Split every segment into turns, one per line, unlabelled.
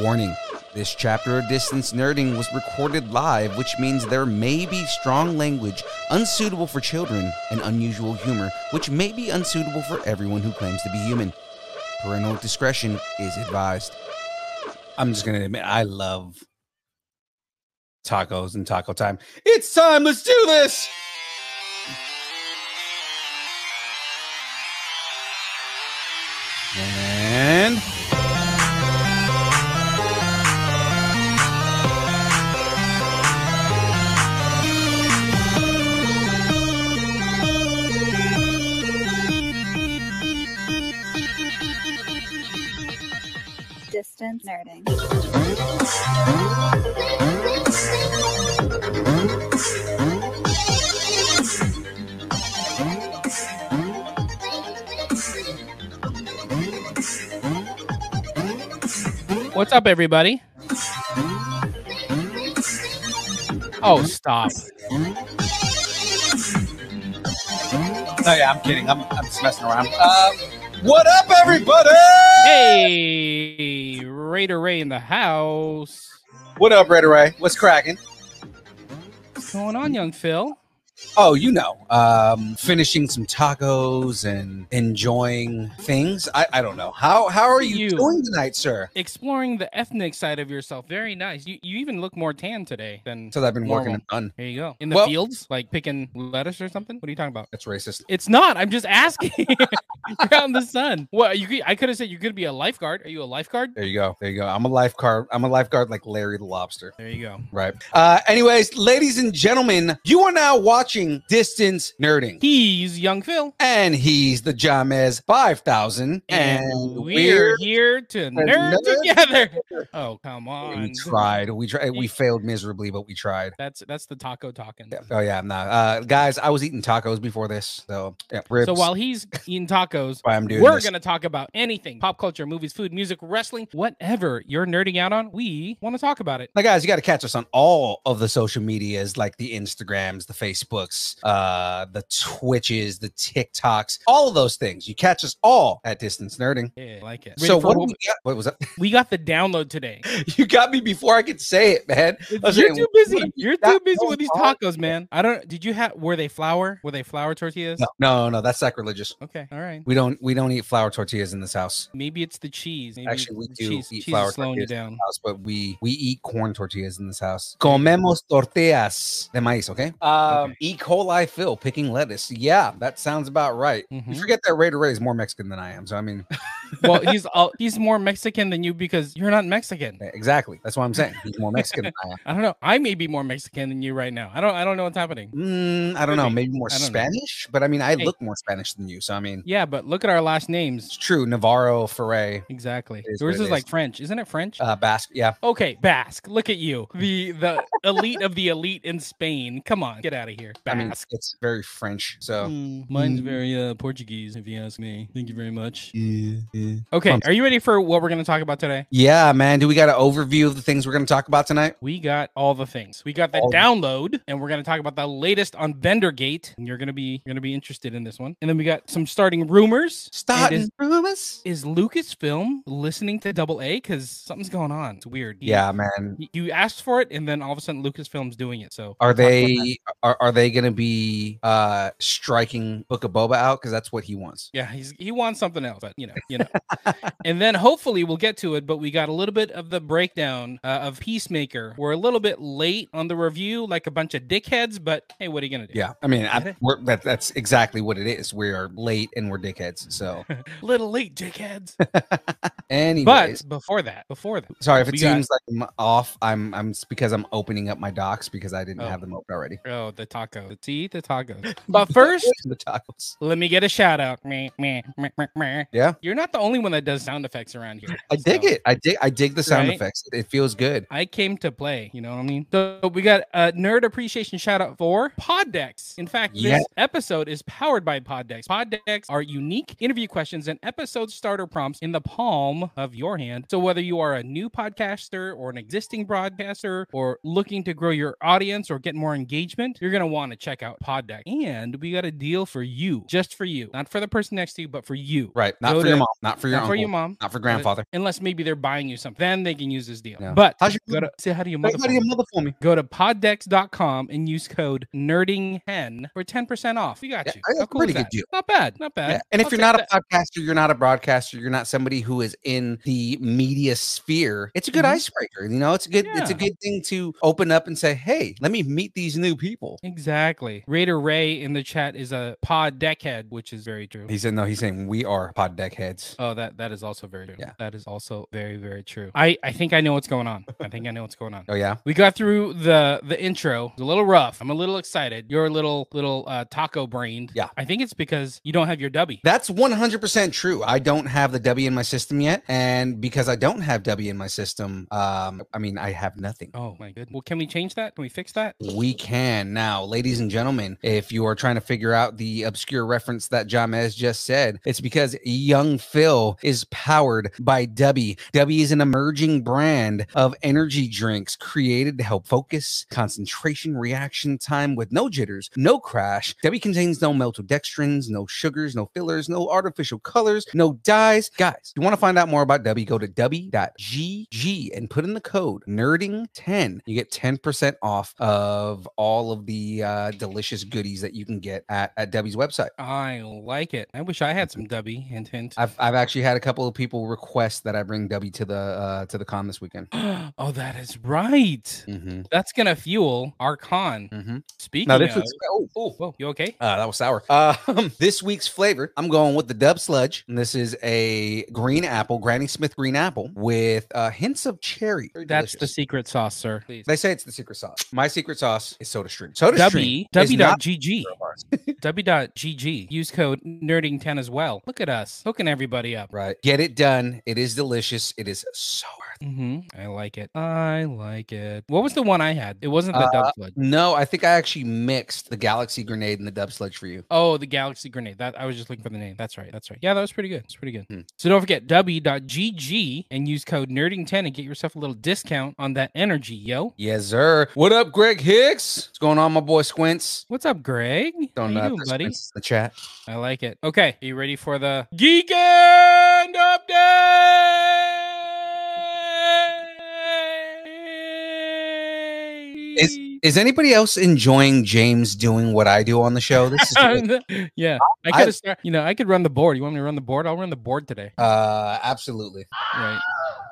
Warning This chapter of Distance Nerding was recorded live, which means there may be strong language unsuitable for children and unusual humor, which may be unsuitable for everyone who claims to be human. Parental discretion is advised.
I'm just gonna admit I love tacos and taco time. It's time. Let's do this. And
distance nerding.
What's up, everybody? Oh, stop.
oh yeah, I'm kidding. I'm I'm just messing around. Uh, what up, everybody?
Hey, Raider Ray in the house.
What up, Red Ray? What's cracking?
What's going on, young Phil?
Oh, you know, um, finishing some tacos and enjoying things. I, I don't know. How how are you,
You.
doing tonight, sir?
Exploring the ethnic side of yourself. Very nice. You, you even look more tan today than.
Because I've been working
normal.
on.
Here you go. In the
Well-
fields, like picking lettuce or something. What are you talking about?
That's racist.
It's not. I'm just asking. You're out in the sun. What you? could- I could have said you could be a lifeguard. Are you a lifeguard?
There you go. There you go. I'm a lifeguard. I'm a lifeguard like Larry the Lobster.
There you go.
Right. Uh, anyways, ladies and gentlemen, you are now watching Distance Nerding.
He's young Phil,
And he's the Jamez 5000. And,
we're
we're,
here to nerd
nerd
together. Oh, come on.
we tried. We tried. We failed miserably, but we tried.
That's that's the taco talking.
Yeah. Oh yeah, I'm not. Uh, guys, I was eating tacos before this, so yeah, ribs.
So while he's eating tacos,
why I'm doing
we're
this.
going to talk about anything pop culture, movies, food, music, wrestling, whatever you're nerding out on. We want to talk about it.
Now, guys, you got to catch us on all of the social medias, like the Instagrams, the Facebooks, uh, the Twitches, the TikToks, all of those things. You catch us all at Distance Nerding.
Yeah, I Eh, like it.
so
Ready for
what, do
what
we got? What was that?
we got the download today.
you got me before I could say it, man. I was
You're
saying,
too
what
busy.
do you
You're
got
too busy
going
with these
on?
tacos, man. I don't. Did you have? Were they flour? Were they flour tortillas?
No, no, no, that's sacrilegious.
Okay. All right.
We don't we don't eat flour tortillas in this house.
Maybe it's the cheese. Maybe
Actually, we
the
do
cheese,
eat
cheese
flour
is slowing you
tortillas in
down.
house, but we we eat corn tortillas in this house. Comemos tortillas de maíz, okay? Um,
Okay.
E. coli fill picking lettuce. Yeah, that sounds about right.
Mhm.
You forget that Raider Ray is more Mexican than I am, so I mean, eh,
well, he's all, he's more Mexican than you because you're not Mexican.
exactly. That's what I'm saying. He's more Mexican than I am.
I don't know. I may be more Mexican than you right now. I don't. I don't know what's happening.
Mm, I don't
Could
know,
be.
maybe more
I don't know.
Spanish, but I mean, I
Hey.
look more Spanish than you, so I mean,
Yeah, but look at our last names.
it's true. Navarro, Ferre,
Exactly.
is
Yours
what
is,
it
like
is.
French, isn't it French?
uh, Basque. Yeah,
okay, Basque. Look at you, the the elite of the elite in Spain. Come on, get out of here,
I mean,
Basque.
it's very French. So
Mine's
Mm.
very uh, Portuguese, if you ask me. Thank you very much. Okay, are you ready for what we're going to talk about today?
Yeah, man. Do we got an overview of the things we're going to talk about tonight?
We got all the things. We got the
All-
download, and we're gonna talk about the latest on Bendergate. And you're gonna be you're gonna be interested in this one. And then we got some starting rumors. And
Starting
is,
rumors.
is Lucasfilm listening to Double A? Because something's going on. It's weird. You-
Yeah, man.
you- You asked for it, and then all of a sudden Lucasfilm's doing it. So
Are
we'll talk about that.
they are, are they they going to be uh striking Book of Boba out? Because that's what he wants.
Yeah, he's he wants something else, but you know, you know. and then hopefully we'll get to it, but we got a little bit of the breakdown uh, of Peacemaker. We're a little bit late on the review, like a bunch of dickheads, but hey, what are you gonna do?
Yeah, I mean, I, we're, that, that's exactly what it is. We are late and we're dickheads. So,
little late dickheads.
anyways,
but before that, before that,
sorry if it
we got-
seems like I'm off. I'm I'm it's because I'm opening up my docs because I didn't
Oh.
have them open already.
oh the taco, the tea, the tacos. But first,
the tacos.
let me get a shout out. Meh, meh, meh, meh, meh.
Yeah,
You're not the only one that does sound effects around here.
I dig
so.
it. I dig. I dig the sound
Right?
effects. It feels good.
I came to play. You know what I mean? So we got a nerd appreciation shout out for Poddex. In fact, this
Yeah.
episode is powered by Poddex. Poddex are unique interview questions and episode starter prompts in the palm of your hand. So whether you are a new podcaster or an existing broadcaster or looking to grow your audience or get more engagement, you're going to want to check out Poddex. And we got a deal for you, just for you, not for the person next to you, but for you.
Right. Not
Go
for your
to-
mom. Not for your
not
uncle.
for your mom.
Not for grandfather.
Unless maybe they're buying you something, then they can use this deal.
Yeah.
But
How's your
go to,
mother?
say how do you
Hey, buddy,
motherfucker?
your mother for me.
Go to poddex.com and use code nerding10 for 10% off. We got
Yeah,
you.
that's
How
a
cool is
pretty good
that?
deal.
Not bad. Not bad.
Yeah, And if
I'll
you're
take
not a
that.
podcaster, you're not a broadcaster, you're not somebody who is in the media sphere. It's a good
Mhm.
icebreaker. You know, it's a good it's a
Yeah.
good thing to open up and say, "Hey, let me meet these new people."
Exactly. Raider Ray in the chat is a pod deckhead, which is very true.
He said, "No, he's saying we are pod deck heads."
Oh, that that is also very true.
Yeah.
That is also very, very true. I, I think I know what's going on. I think I know what's going on.
Oh yeah,
We got through the the intro. It's a little rough. I'm a little excited. You're a little little uh, taco brained.
Yeah.
I think it's because you don't have your dubby.
that's 100% true. I don't have the W in my system yet, and because I don't have W in my system, um, I mean I have nothing.
Oh my goodness. Well, can we change that? Can we fix that?
We can now, ladies and gentlemen. If you are trying to figure out the obscure reference that Jamez just said, it's because Young Phil is powered by Debbie. Debbie is an emerging brand of energy drinks created to help focus, concentration, reaction time with no jitters, no crash. Debbie contains no maltodextrins, no sugars, no fillers, no artificial colors, no dyes. Guys, if you want to find out more about Debbie, go to Debbie.gg and put in the code nerding10. You get 10% off of all of the uh, delicious goodies that you can get at, at Debbie's website.
I like it. I wish I had some dubby. Hint, hint.
I've, I've actually had a couple of people request that I bring Debbie to the uh, to the con this weekend.
oh, that is right.
Mm-hmm.
That's gonna fuel our con.
Mm-hmm.
Speaking
Now this
of,
is oh, oh,
whoa, you okay?
Uh, that was sour. Um, this week's flavor, I'm going with the Dub Sludge. And this is a green apple, Granny Smith green apple, with uh, hints of cherry. Very
That's the
delicious.
secret sauce, sir. Please.
They say it's the secret sauce. My secret sauce is Soda Stream. Soda Stream.
Dubby,
is not
dubby.gg,
Hero Bars.
dubby.gg. Use code nerding10 as well. Look at us hooking everybody up.
right. Get it done. It is delicious. It is so worth it.
hmm I like it. I like it. What was the one I had? It wasn't
Uh,
the dub sludge.
No, I think I actually mixed the Galaxy Grenade and the Dub Sludge for you.
Oh, the Galaxy Grenade. That I was just looking for the name. That's right. That's right. Yeah, that was pretty good. It's pretty good.
Hmm.
So don't forget w.gg and use code nerding10 and get yourself a little discount on that energy, yo.
Yes, sir. What up, Greg Hicks? What's going on, my boy Squints?
What's up, Greg?
Don't know
How you
if
doing,
there's
buddy?
Squints in the chat.
I like it. Okay, are you ready for the Geekend update?
Is is anybody else enjoying James doing what I do on the show? This is great.
yeah, I
I-
could start. You know, I could run the board. You want me to run the board? I'll run the board today.
uh absolutely.
Right.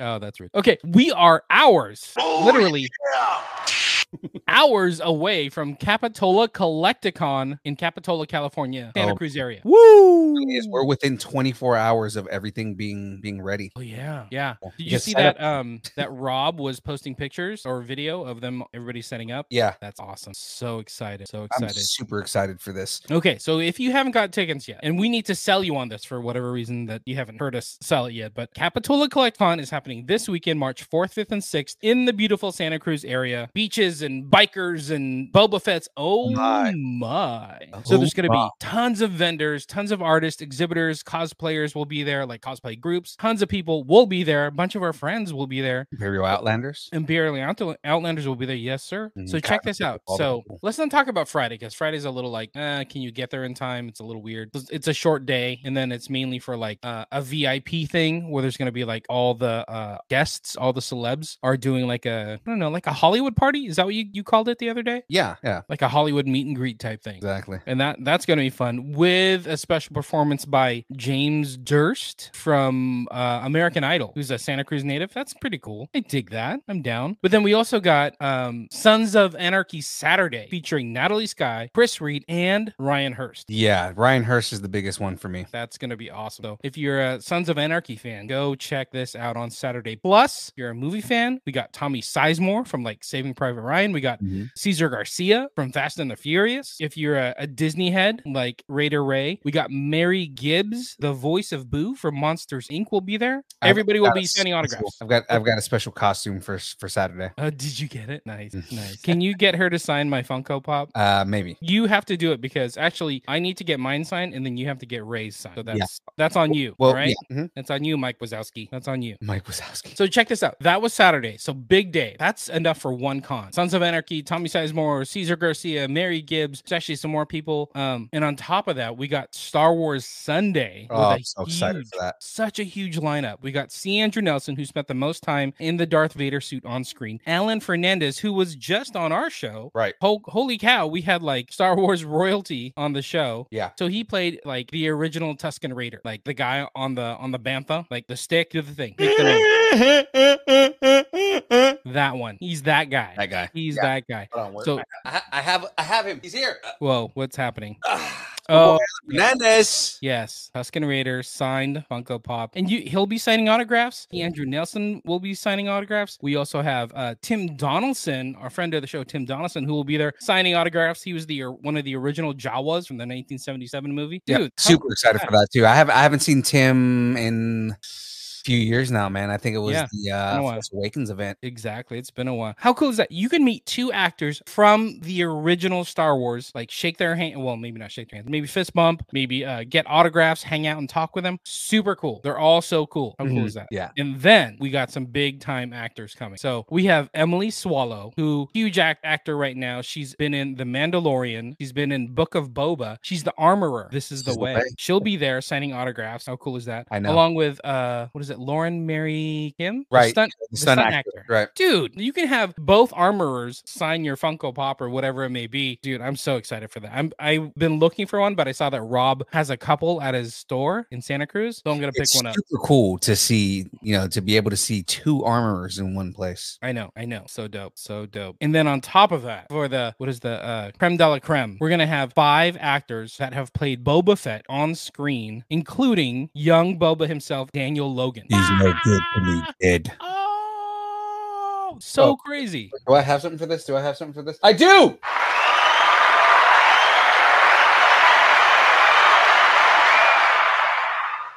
Oh, that's rude. Okay, we are hours, literally hours away from Capitola Collecticon in Capitola, California, Santa
Oh.
Cruz area.
Really is. We're within 24 hours of everything being being ready.
Oh yeah, yeah.
Yeah,
Did you
because
see
setup-
that? Um, that Rob was posting pictures or video of them everybody setting up.
Yeah.
That's awesome. So excited. So
I'm
excited.
super excited for this.
Okay, so if you haven't got tickets yet, and we need to sell you on this for whatever reason that you haven't heard us sell it yet, but Capitola Collectcon is happening this weekend, March 4th, 5th, and 6th in the beautiful Santa Cruz area. Beaches and bikers and Boba Fett's. Oh
My.
my. So
Oh
there's going to
my.
be tons of vendors, tons of artists, exhibitors, cosplayers will be there, like cosplay groups. Tons of people will be there. A bunch of our friends will be there.
Imperial Outlanders.
Imperial Outl- Outlanders will be there. Yes, sir.
Mm,
So
God,
check this
that's
out.
all the
So
people.
let's not talk about Friday because Friday's a little like, uh, can you get there in time? It's a little weird. It's- It's a short day, and then it's mainly for like uh, a VIP thing where there's gonna be like all the uh, guests, all the celebs are doing like a I don't know, like a Hollywood party. Is that what you, you called it the other day?
Yeah, yeah,
Like a Hollywood meet and greet type thing.
exactly.
And that that's going to be fun with a special performance by James Durst from uh, American Idol, who's a Santa Cruz native. That's pretty cool. I dig that. I'm down. But then we also got um, Sons of Anarchy Saturday featuring Natalie Sky, Chris Reed, and Ryan Hurst.
Yeah, Ryan Hurst is the biggest one for me.
That's going to be awesome. So if you're a Sons of Anarchy fan, go check this out on Saturday. Plus, if you're a movie fan, we got Tommy Sizemore from like Saving Private Ryan. We got Caesar Garcia from Fast and the Furious. If you're a, a Disney head like Raider Ray, we got Mary Gibbs, the voice of Boo from Monsters Inc. will be there.
I've
Everybody will
got a
be signing
special-
autographs.
I've got I've got a special costume for s- for Saturday.
Uh, did you get it? Nice, nice. Can you get her to sign my Funko Pop?
Uh, maybe.
You have to do it because actually, I need to get mine signed, and then you have to get Ray's signed. So that's that's on you,
Well,
right?
yeah. mhm.
That's on you, Mike Wazowski. That's on you.
Mike Wazowski.
So check this out. That was Saturday. So big day. That's enough for one con. Sons of Anarchy, Tommy Sizemore, Caesar Garcia, Mary Gibbs. It's actually some more people. Um, and on top of that, we got Star Wars Sunday. with
Oh,
a
I'm so excited for that.
Such a huge lineup. We got C. Andrew Nelson, who spent the most time in the Darth Vader suit on screen. Alan Fernandez, who was just on our show.
Right.
Ho- holy cow, we had like Star Wars royalty on the show.
Yeah.
So he played like the original Tuscan Raider, like the guy on the on the bantha, like the stick, do the thing. make the noise. That one. He's that guy.
That guy.
He's
Yeah.
that guy.
Hold on, where-
So-
I, ha- I have I have him. He's here. Uh,
Whoa, what's happening?
ah,
Oh,
Fernandez.
yes. Tuscan Raider signed Funko Pop. And you he'll be signing autographs. Andrew Nelson will be signing autographs. We also have uh, Tim Donaldson, our friend of the show, Tim Donaldson, who will be there signing autographs. He was the or- one of the original Jawas from the 1977 movie.
Yeah,
Dude, how
super
cool is
excited for that too. I have I haven't seen Tim in a few years now, man. I think it was
Yeah,
the
been a
uh,
while.
Force Awakens event.
Exactly. It's been a while. How cool is that? You can meet two actors from the original Star Wars, like shake their hand. Well, maybe not shake their hands, maybe fist bump, maybe uh, get autographs, hang out and talk with them. Super cool. They're all so cool. How cool is that?
Mm-hmm. Yeah.
And then we got some big time actors coming. So we have Emily Swallow, who huge act- actor right now. She's been in The Mandalorian. She's been in Book of Boba. She's the armorer. This is the,
This is the
way.
way.
She'll be there signing autographs. How cool is that?
I know.
Along with uh, what is it? Lauren Mary Kim, The
Right.
stunt-
The stunt actor. Right.
Dude, you can have both armorers sign your Funko Pop or whatever it may be. Dude, I'm so excited for that. I'm I've been looking for one, but I saw that Rob has a couple at his store in Santa Cruz, so I'm gonna pick
It's
one up.
super cool to see, you know, to be able to see two armorers in one place.
I know, I know. So dope, so dope. And then on top of that, for the what is the uh creme de la creme, we're gonna have five actors that have played Boba Fett on screen, including young Boba himself, Daniel Logan.
He's no
Ah!
good to me, kid.
Oh, so
Oh.
crazy.
Do I have something for this? Do I have something for this? I do.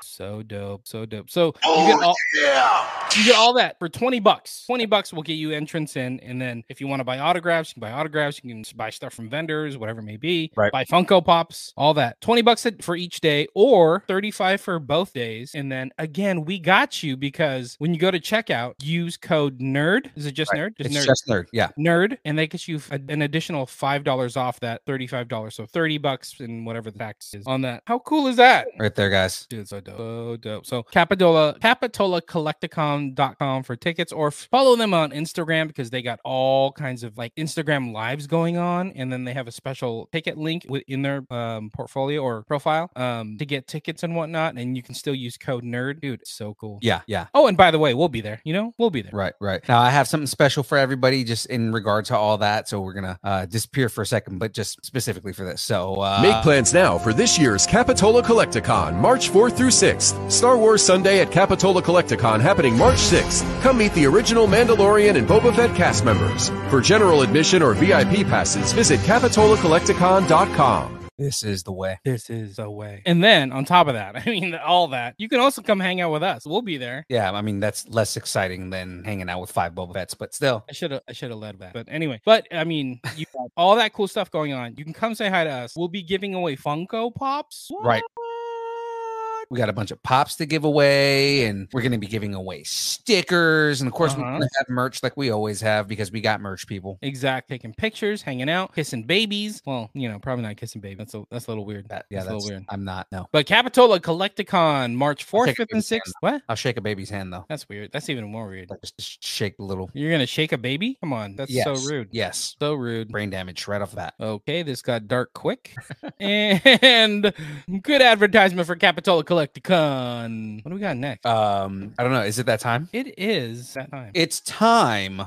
So dope, so dope. So
Oh,
you get all you get all that for 20 bucks. 20 bucks will get you entrance in. And then if you want to buy autographs, you can buy autographs, you can buy stuff from vendors, whatever it may be.
Right.
Buy Funko Pops, all that. 20 bucks it- for each day or 35 for both days. And then again, we got you because when you go to checkout, use code NERD. Is it just NERD?
It's just nerd. Yeah.
nerd and they get you f- an additional five dollars off that $35 so 30 bucks and whatever the tax is on that how cool is that
Right there, guys.
Dude, so dope. So dope. So Capitola, capitolacollecticon.com for tickets or f- follow them on Instagram because they got all kinds of like Instagram lives going on. And then they have a special ticket link within their um, portfolio or profile um, to get tickets and whatnot. And you can still use code NERD. Dude, it's so cool.
Yeah, yeah.
Oh, and by the way, we'll be there. You know, we'll be there.
Right, right. Now I have something special for everybody just in regard to all that. So we're gonna uh disappear for a second, but just specifically for this. So uh
Make plans now for this year's Capitola Collecticon, March 4th through 6th. Star Wars Sunday at Capitola Collecticon happening March 6th. Come meet the original Mandalorian and Boba Fett cast members. For general admission or VIP passes, visit CapitolaCollecticon.com.
this is the way.
This is the way. And then on top of that, I mean, all that, you can also come hang out with us. We'll be there.
Yeah, I mean that's less exciting than hanging out with five Boba Fets, but still.
I should have I should have led that. But anyway, but I mean, you got all that cool stuff going on. You can come say hi to us. We'll be giving away Funko Pops.
Right.
What?
we got a bunch of pops to give away, and we're going to be giving away stickers. And of course, we're
Uh-huh.
going to have merch like we always have because we got merch, people.
Exact. Taking pictures, hanging out, kissing babies. Well, you know, probably not kissing babies. That's a, that's a little weird.
That, yeah,
a
that's,
little weird.
I'm not. No,
But Capitola Collecticon, March
I'll
4th,
shake a
5th, and
baby's hand,
6th.
though.
What?
I'll shake a baby's hand though.
That's weird. That's even more weird.
Like, Just, just shake a little.
You're going to shake a baby? Come on. That's
Yes,
so rude.
Yes,
So rude.
brain damage right off the bat.
Okay, this got dark quick. and good advertisement for Capitola Collecticon. What do we got next?
Um, I don't know. Is it that time?
it is that time.
It's time.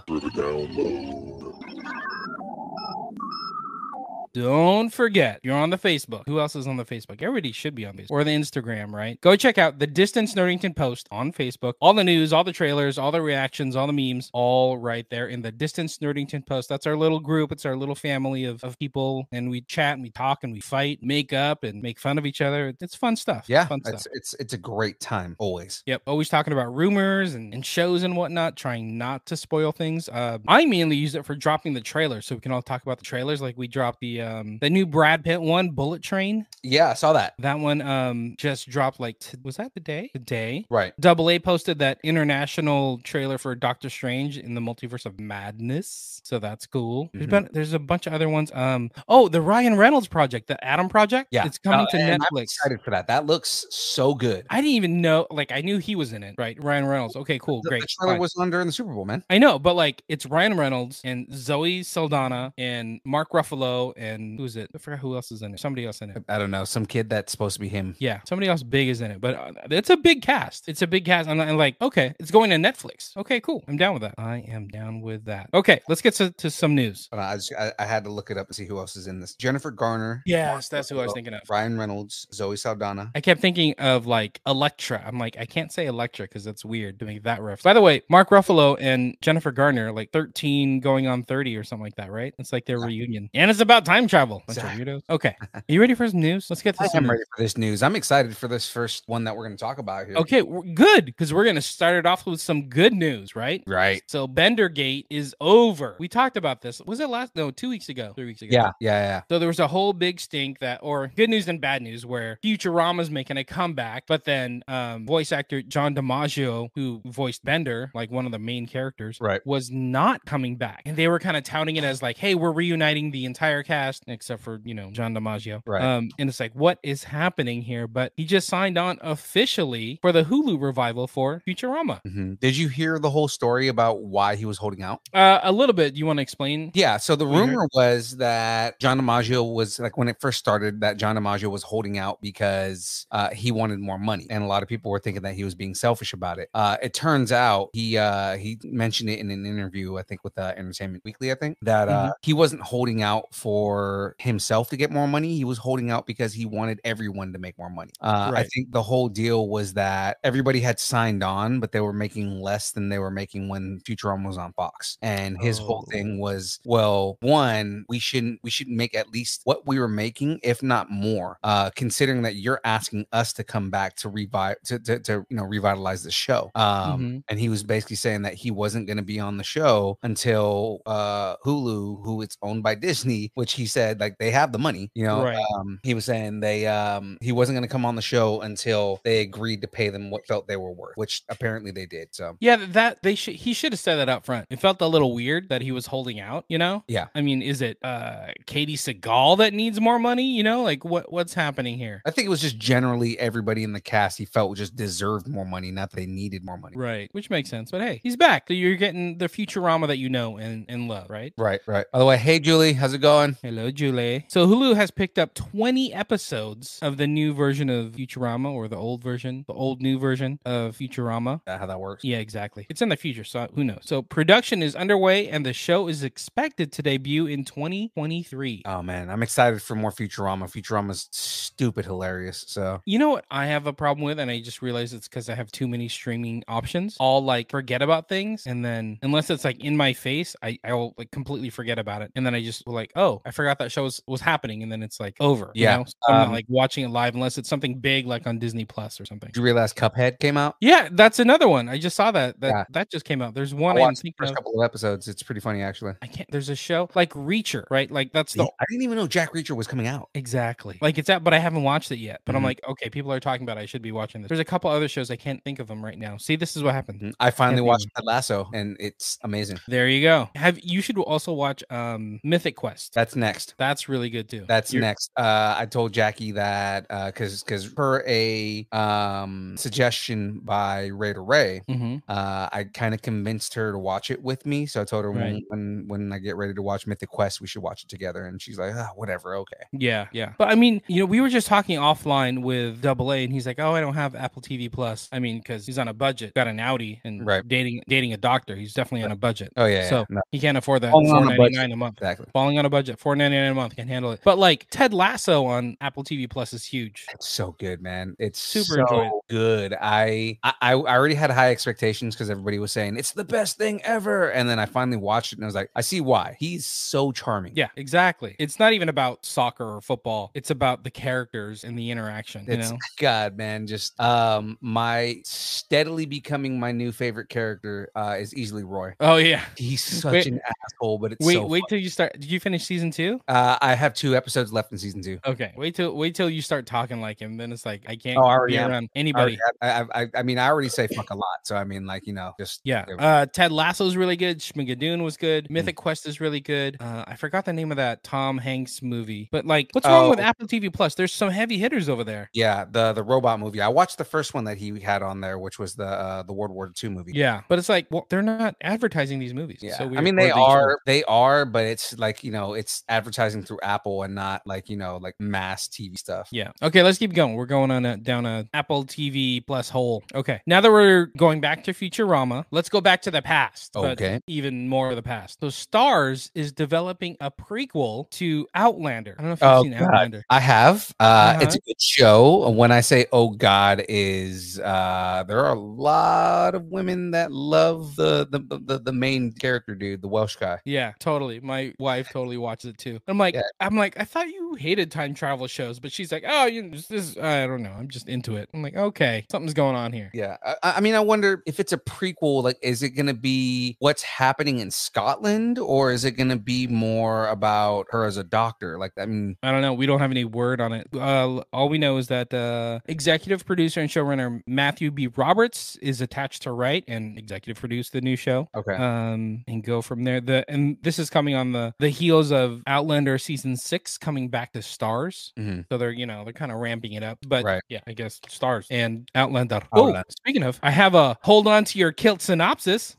Don't forget, you're on the Facebook. Who else is on the Facebook? Everybody should be on Facebook or the Instagram, right? Go check out the Distance Nerdington post on Facebook. All the news, all the trailers, all the reactions, all the memes, all right there in the Distance Nerdington post. That's our little group. It's our little family of, of people. And we chat and we talk and we fight, make up and make fun of each other. It's fun stuff.
Yeah,
Fun stuff.
it's it's it's a great time always.
Yep, always talking about rumors and, and shows and whatnot, trying not to spoil things. Uh, I mainly use it for dropping the trailers, so we can all talk about the trailers. Like we dropped the um the new Brad Pitt one, Bullet Train.
Yeah, I saw that.
That one um just dropped like t- was that the day? The day.
Right.
Double A posted that international trailer for Doctor Strange in the Multiverse of Madness, so that's cool. There's
Mhm.
been there's a bunch of other ones. Um oh, the Ryan Reynolds project, the Adam project.
Yeah,
it's
uh,
coming to
and I'm
Netflix.
excited for that. That looks so good.
I didn't even know. Like, I knew he was in it, right? Ryan Reynolds. Okay, cool,
The-
great.
The trailer
fine.
was on during the Super Bowl, man.
I know, but like, it's Ryan Reynolds and Zoe Saldana and Mark Ruffalo and who's it? I forgot who else is in it. Somebody else in it.
I don't know. Some kid that's supposed to be him.
Yeah, somebody else big is in it, but uh, it's a big cast. It's a big cast. I'm, I'm like, okay, it's going to Netflix. Okay, cool. I'm down with that. I am down with that. Okay, let's get to, to some news.
Hold on, I, just, I, I had to look it up and see who else is in this. Jennifer Garner.
Yes, that's who I was thinking of.
Ryan Reynolds, Zoe Saldana.
I kept thinking of like Electra. I'm like, I can't say Electra because that's weird doing that riff. By the way, Mark Ruffalo and Jennifer Garner, like 13 going on 30 or something like that, right? It's like their reunion. And it's about time travel. Bunch of
Exactly.
weirdos. Okay. Are you ready for some news? Let's get
I
to some
am
news.
ready for this news. I'm excited for this first one that we're going to talk about here.
Okay, w- good. Because we're going to start it off with some good news, right?
Right.
So Bendergate is over. We talked about this. Was it last? No, two weeks ago, three weeks ago.
Yeah. Yeah. Yeah.
So there was a whole big stink that, or good news and bad news, where Futurama's making a comeback, but then um, voice actor John DiMaggio, who voiced Bender, like one of the main characters,
Right.
was not coming back, and they were kind of touting it as like, "Hey, we're reuniting the entire cast except for you know John DiMaggio."
Right.
Um, and it's like, what is happening here? But he just signed on officially for the Hulu revival for Futurama.
Mhm. Did you hear the whole story about why he was holding out?
Uh, a little bit. You want to explain?
Yeah. So the
We heard-
rumor was that John DiMaggio was like when it first started that John DiMaggio was holding out because uh, he wanted more money, and a lot of people were thinking that he was being selfish about it. Uh, it turns out he uh, he mentioned it in an interview, I think with uh, Entertainment Weekly, I think that
Mm-hmm.
uh, he wasn't holding out for himself to get more money. He was holding out because he wanted everyone to make more money. Uh, I
Right.
think the whole deal was that everybody had signed on, but they were making less than they were making when Futurama was on Fox, and his whole
Oh.
thing thing was well one we shouldn't we should make at least what we were making if not more uh considering that you're asking us to come back to revive to, to, to you know revitalize the show um
Mhm.
and he was basically saying that he wasn't going to be on the show until uh hulu who it's owned by disney which he said like they have the money you know
Right.
um he was saying they um he wasn't going to come on the show until they agreed to pay them what felt they were worth which apparently they did so
Yeah, th- that they should he should have said that up front. It felt a little weird that he was holding out, you know?
Yeah.
I mean, is it uh Katie Seagal that needs more money? You know, like what what's happening here?
I think it was just generally everybody in the cast he felt just deserved more money, not that they needed more money.
Right. Which makes sense. But hey, he's back. So you're getting the Futurama that you know and, and love, right?
Right, right. By the way, hey Julie, how's it going?
Hello, Julie. So Hulu has picked up 20 episodes of the new version of Futurama or the old version, the old new version of Futurama.
That how that works?
Yeah, exactly. It's in the future, so who knows? So production is underway, and the show is expected to debut in 2023.
Oh man, I'm excited for more Futurama. Futurama's stupid hilarious. So
You know what I have a problem with, and I just realized it's because I have too many streaming options. I'll like forget about things, and then unless it's like in my face, I I will like completely forget about it, and then I just will, like, oh, I forgot forgot that show was, was happening, and then it's like over.
Yeah.
you know? So I'm not,
Um,
like watching it live unless it's something big like on Disney Plus or something.
Did you realize Cuphead came out?
Yeah, that's another one. I just saw that. That
Yeah.
that just came out. There's
I
one I'm
watched the
thinking
first
of-
couple of episodes. It's pretty funny actually.
I can't. There's a show like Reacher, right? Like that's the
I didn't even know Jack Reacher was coming out.
Exactly. Like it's out, but I haven't watched it yet. But I'm
Mhm.
like, okay, people are talking about. It. I should be watching this. There's a couple other shows I can't think of them right now. See, this is what happened.
Mhm. I finally
think
watched
of
Ted Lasso, and it's amazing.
There you go. Have you should also watch um Mythic Quest.
That's next.
That's really good too.
That's
You're-
next. Uh, I told Jackie that uh, because because per a um, suggestion by Ray to Ray,
Mhm.
uh, I kind of convinced her to watch it with me. So I told her when,
Right.
when when I get ready to watch Mythic Quest, we should watch it together. And she's like, ah, whatever, okay.
Yeah, yeah. But I mean, you know, we were just talking offline with Double A, and he's like, "Oh, I don't have Apple TV Plus." I mean, because he's on a budget, got an Audi, and
Right.
dating dating a doctor. He's definitely on a budget.
Oh yeah, yeah,
so
no,
he can't afford that.
Falling on a
Four
budget.
ninety nine a month.
exactly.
Falling on a budget, four ninety nine a month can handle it. But like Ted Lasso on Apple TV Plus is huge.
It's so good, man. It's
Super
super
enjoy it.
good. I, I I already had high expectations because everybody was saying it's the best thing ever, and then I finally watched it and I was like, I see why. He's so charming.
Yeah, exactly. It's not even about soccer or football. It's about the characters and the interaction. You
It's
know,
God, man. Just um, my steadily becoming my new favorite character uh, is easily Roy.
Oh yeah.
He's such
Wait-
an asshole, but it's
Wait,
so
wait
fun.
till you start. Did you finish season two?
Uh, I have two episodes left in season two.
Okay. Wait till wait till you start talking like him. Then it's like I can't
Oh, I already
be
am.
around
I, already
anybody.
have- I, I, I mean, I already say fuck a lot, so I mean, like you know, just
Yeah.
you know,
Uh, Ted Lasso's really good. Schmigadoon was good.
Hmm.
Mythic Quest is really good. Uh, I forgot the name of that Tom Hanks movie. But like, what's wrong with
Oh.
Apple TV Plus? There's some heavy hitters over there.
yeah. The the robot movie. I watched the first one that he had on there, which was the uh, the World War II movie.
Yeah, but it's like well, they're not advertising these movies.
Yeah,
so
I
weird.
mean
Or
they
these
are
shows.
they are, but it's like you know it's advertising through Apple and not like you know like mass TV stuff.
Yeah. Okay, let's keep going. We're going on a, down a Apple TV Plus hole. Okay. Now that we're going back to Futurama, let's go back to the past. but
Okay.
Even more of the past. So Stars is developing a prequel to Outlander. I don't know if you've
Oh,
seen
God.
Outlander.
I have. Uh, It's
Uh-huh.
a good show. When I say "Oh God," is uh, there are a lot of women that love the the, the- the the main character dude, the Welsh guy.
Yeah, totally. My wife totally watches it too. I'm like,
Yeah.
I'm like, I thought you hated time travel shows, but she's like, oh, you this, this I don't know. I'm just into it. I'm like, okay, something's going on here.
Yeah, I, I I mean, I wonder if it's a prequel. Like, is it going to be what's happening in Scotland, or is it going to be more about her as a doctor? Like, I mean,
I don't know. We don't have any word on it. Uh, all we know is that uh, executive producer and showrunner Matthew B. Roberts is attached to write and executive produce the new show.
okay,
um and go from there the and this is coming on the the heels of outlander season six coming back to stars
Mhm.
so they're you know they're kind of ramping it up but
Right.
yeah i guess stars and outlander oh
Outlander.
speaking of i have a hold on to your kilt synopsis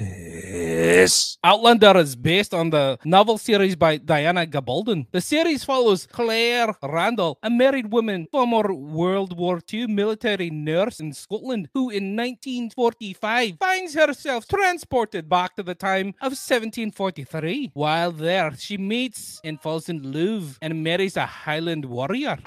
synopsis.
Outlander is based on the novel series by Diana Gabaldon. The series follows Claire Randall, a married woman, former World War II military nurse in Scotland, who in 1945 finds herself transported back to the time of 1743. While there, she meets and falls in love and marries a Highland warrior.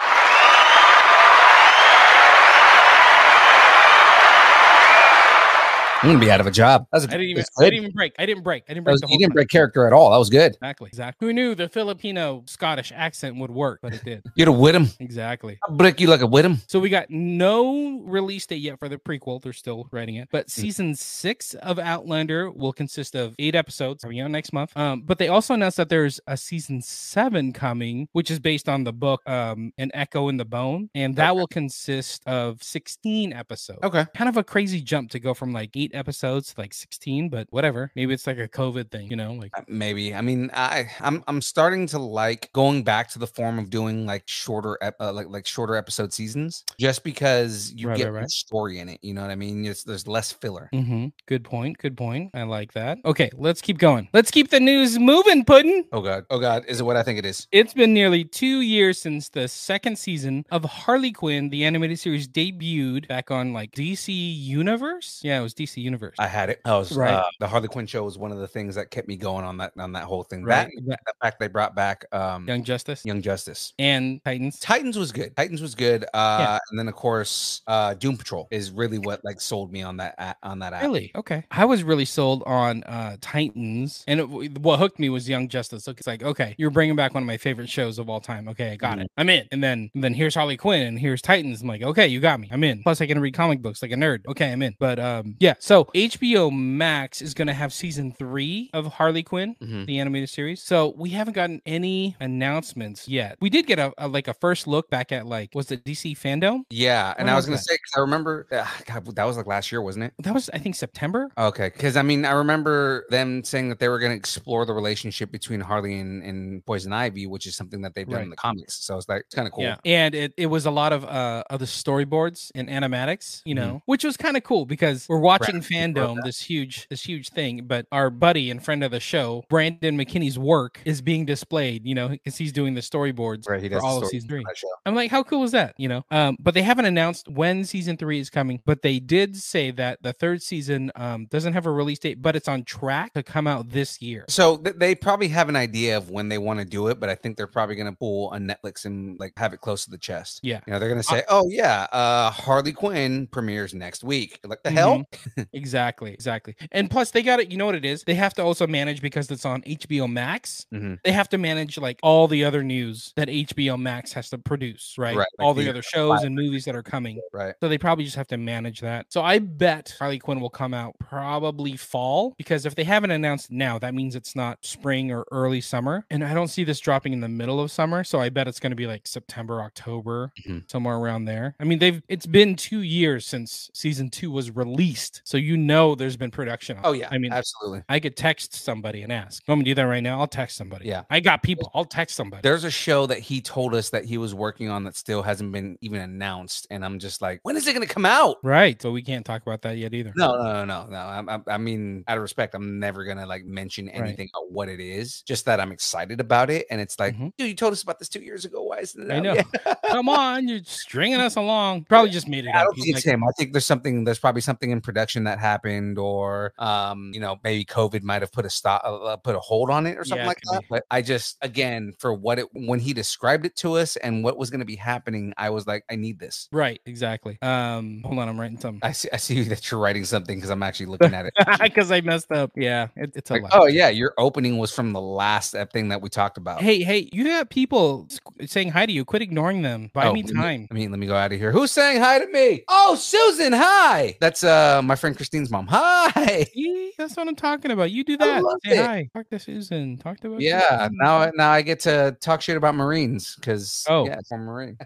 I'm gonna be out of a job. That's
I didn't even,
that's
I
good.
didn't even break. I didn't break. I
That
didn't break
was-
the whole
you didn't
time.
break character at all. That was good.
Exactly. Exactly. Who knew the Filipino Scottish accent would work? But it did.
You'd have wit him.
Exactly.
I'll break you like a wit him.
So we got no release date yet for the prequel. They're still writing it. But season six of Outlander will consist of eight episodes coming out next month. Um, but they also announced that there's a season seven coming, which is based on the book um, An Echo in the Bone. And that will consist of 16 episodes.
Okay.
Kind of a crazy jump to go from like eight episodes to like 16, but whatever. Maybe it's like a COVID thing, you know? Like,
Uh. Maybe. I mean, I I'm I'm starting to like going back to the form of doing like shorter ep- uh, like like shorter episode seasons, just because you
Right,
get
right,
more
right.
story in it. You know what I mean? It's, there's less filler.
hmm good point. Good point. I like that. Okay, let's keep going. Let's keep the news moving, Puddin'.
Oh god. Oh god. Is it what I think it is?
It's been nearly two years since the second season of Harley Quinn, the animated series, debuted back on like DC Universe. Yeah, it was DC universe.
I had it. I was
Right.
uh, the Harley Quinn show was one of the things that kept me going on that on that whole thing.
Right.
That, that the fact they brought back um,
Young Justice
Young Justice.
and Titans.
Titans was good. Titans was good. Uh, and then of course, uh, Doom Patrol is really what like sold me on that a- on that app.
Really? Okay. I was really sold on uh Titans, and it, w- what hooked me was Young Justice. Look, It's like, okay, you're bringing back one of my favorite shows of all time. Okay, I got it. I'm in. And then, and then here's Harley Quinn, and here's Titans. I'm like, okay, you got me. I'm in. Plus, I can read comic books like a nerd. Okay, I'm in. But um, yeah. So HBO Max is gonna have season three of Harley Quinn, the animated series. So we haven't gotten any announcements yet. We did get a, a like a first look back at like was it DC fandom?
Yeah, and
When
I
was
was gonna
that?
say 'cause I remember uh, God, that was like last year, wasn't it?
That was I think September.
Okay, because I mean, I remember them saying that they were going to explore the relationship between Harley and, and Poison Ivy, which is something that they've done
Right.
in the comics. So it's like it's kind of cool.
Yeah, and it, it was a lot of uh of the storyboards and animatics, you
Mm-hmm.
know, which was kind of cool because we're watching fandom this huge this huge thing, but our buddy and friend of the show, Brandon McKinney's work is being displayed, you know, because he's doing the storyboards
Right, he
for
does the
all of
storyboards
season
for
three.
that show.
I'm like, how cool is that? You know, um, but they haven't announced when season three is coming. But they did say that the third season um doesn't have a release date, but it's on track to come out this year.
So th- they probably have an idea of when they want to do it, but I think they're probably going to pull on Netflix and like have it close to the chest.
Yeah.
you know, they're going to say, "Oh yeah, uh, Harley Quinn premieres next week." Like the hell?
Mm-hmm. Exactly, exactly. And plus, they got it. You know what it is? They have to also manage because it's on HBO Max.
Mhm.
They have to manage like all the other news that HBO Max has to produce, right?
Right, like
all the
the-
other shows and movies that are coming.
Right.
So they probably just have to manage that. So I bet Harley Quinn will come out probably fall because if they haven't announced it now, that means it's not spring or early summer. And I don't see this dropping in the middle of summer. So I bet it's going to be like September, October,
Mm-hmm.
somewhere around there. I mean, they've it's been two years since season two was released. So you know there's been production. on
Oh
it.
yeah,
I mean,
absolutely.
I could text somebody and ask. You want me to do that right now? I'll text somebody.
Yeah.
I got people. I'll text somebody.
There's a show that he told us that he was working on that still hasn't been even announced, and I'm just like, when is it going to come out?
right. So we can't talk about that yet either.
No, no, no, no, no. I, I, I mean, out of respect, I'm never gonna like mention anything about what it is. Just that I'm excited about it, and it's like,
Mhm.
dude, you told us about this two years ago. Why isn't it?
I
out
know.
yet?"
Come on, you're stringing us along. Probably just made it
I
up.
don't
He's
think
like,
it's him. I think there's something. There's probably something in production that happened, or um, you know, maybe COVID might have put a stop, uh, uh, put a hold on it, or something
Yeah, it
like
could
that.
be.
But I just, again, for what it when he described it to us and what was going to be happening, I was like, I need this.
Right, exactly. Um, hold on, I'm writing something
I see. I see that you're writing something because I'm actually looking at it.
because I messed up. Yeah, it, it's a
Like,
lot.
oh yeah, your opening was from the last ep- thing that we talked about.
Hey, hey, you got people squ- saying hi to you. Quit ignoring them. Buy
Oh,
me
let
time.
I mean, let me go out of here. Who's saying hi to me? Oh, Susan, hi. That's uh my friend Christine's mom. Hi.
Yeah, that's what I'm talking about. You do that.
love
Say
it.
hi. Talk to Susan. Talk to
Yeah,
Susan.
now I- now I get to talk shit about Marines because
Oh.
yeah, I'm a Marine.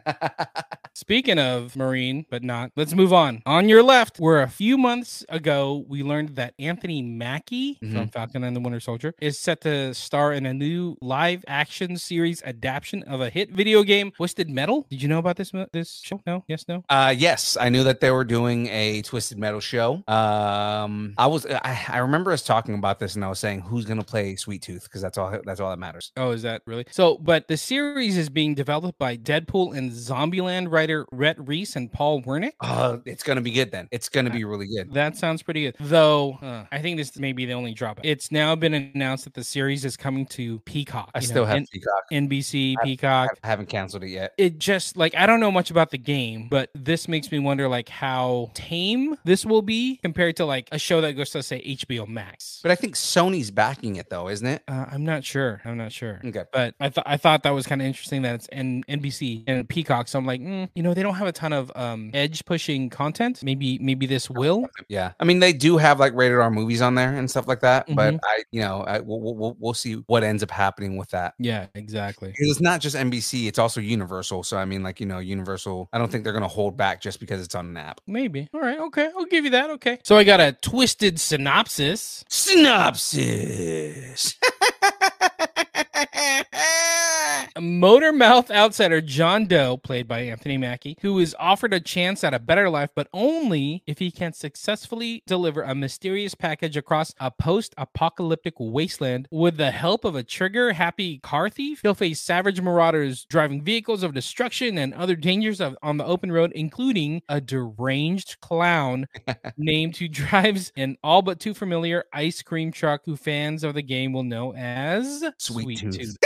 Speaking of Marine, but not, let's move on. On your left, where a few months ago we learned that Anthony Mackie
Mm-hmm.
from Falcon and the Winter Soldier is set to star in a new live action series adaptation of a hit video game, Twisted Metal. Did you know about this mo- this show? No? Yes, no?
uh, yes, I knew that they were doing a Twisted Metal show. Um, I was I, I remember us talking about this and I was saying who's gonna play Sweet Tooth because that's all that's all that matters.
Oh, is that really? So, but the series is being developed by Deadpool and Zombieland writer Rhett Reese and Paul Wernick.
Oh, it's gonna be good then. It's gonna be really good.
That sounds pretty good. Though uh, I think this may be the only drawback. It's now been announced that the series is coming to Peacock.
I
you know,
still have
N-
Peacock.
NBC,
I- I
Peacock.
haven't canceled it yet.
It just like I don't know much about the game, but this makes me wonder like how tame this will be compared to like a show that goes to say HBO Max.
But I think Sony's backing it though, isn't it?
Uh, I'm not sure. I'm not sure.
Okay.
But I thought I thought that was kind of interesting that it's N- NBC and Peacock. So I'm like, mm, you know, they don't have a ton of um, edge pushing content. Maybe maybe this will.
Yeah, I mean they do have like rated R movies on there and stuff like that. But
Mhm.
I, you know, I, we'll, we'll- we'll we'll see what ends up happening with that.
Yeah, exactly.
'Cause It's not just NBC; it's also Universal. So I mean, like you know, Universal. I don't think they're gonna hold back just because it's on an app.
Maybe. All right. Okay. I'll give you that. Okay. So I got a twisted synopsis.
Synopsis.
motor mouth outsider John Doe, played by Anthony Mackie, who is offered a chance at a better life, but only if he can successfully deliver a mysterious package across a post apocalyptic wasteland with the help of a trigger happy car thief. He'll face savage marauders driving vehicles of destruction and other dangers of, on the open road, including a deranged clown named who drives an all but too familiar ice cream truck who fans of the game will know as
Sweet Tooth.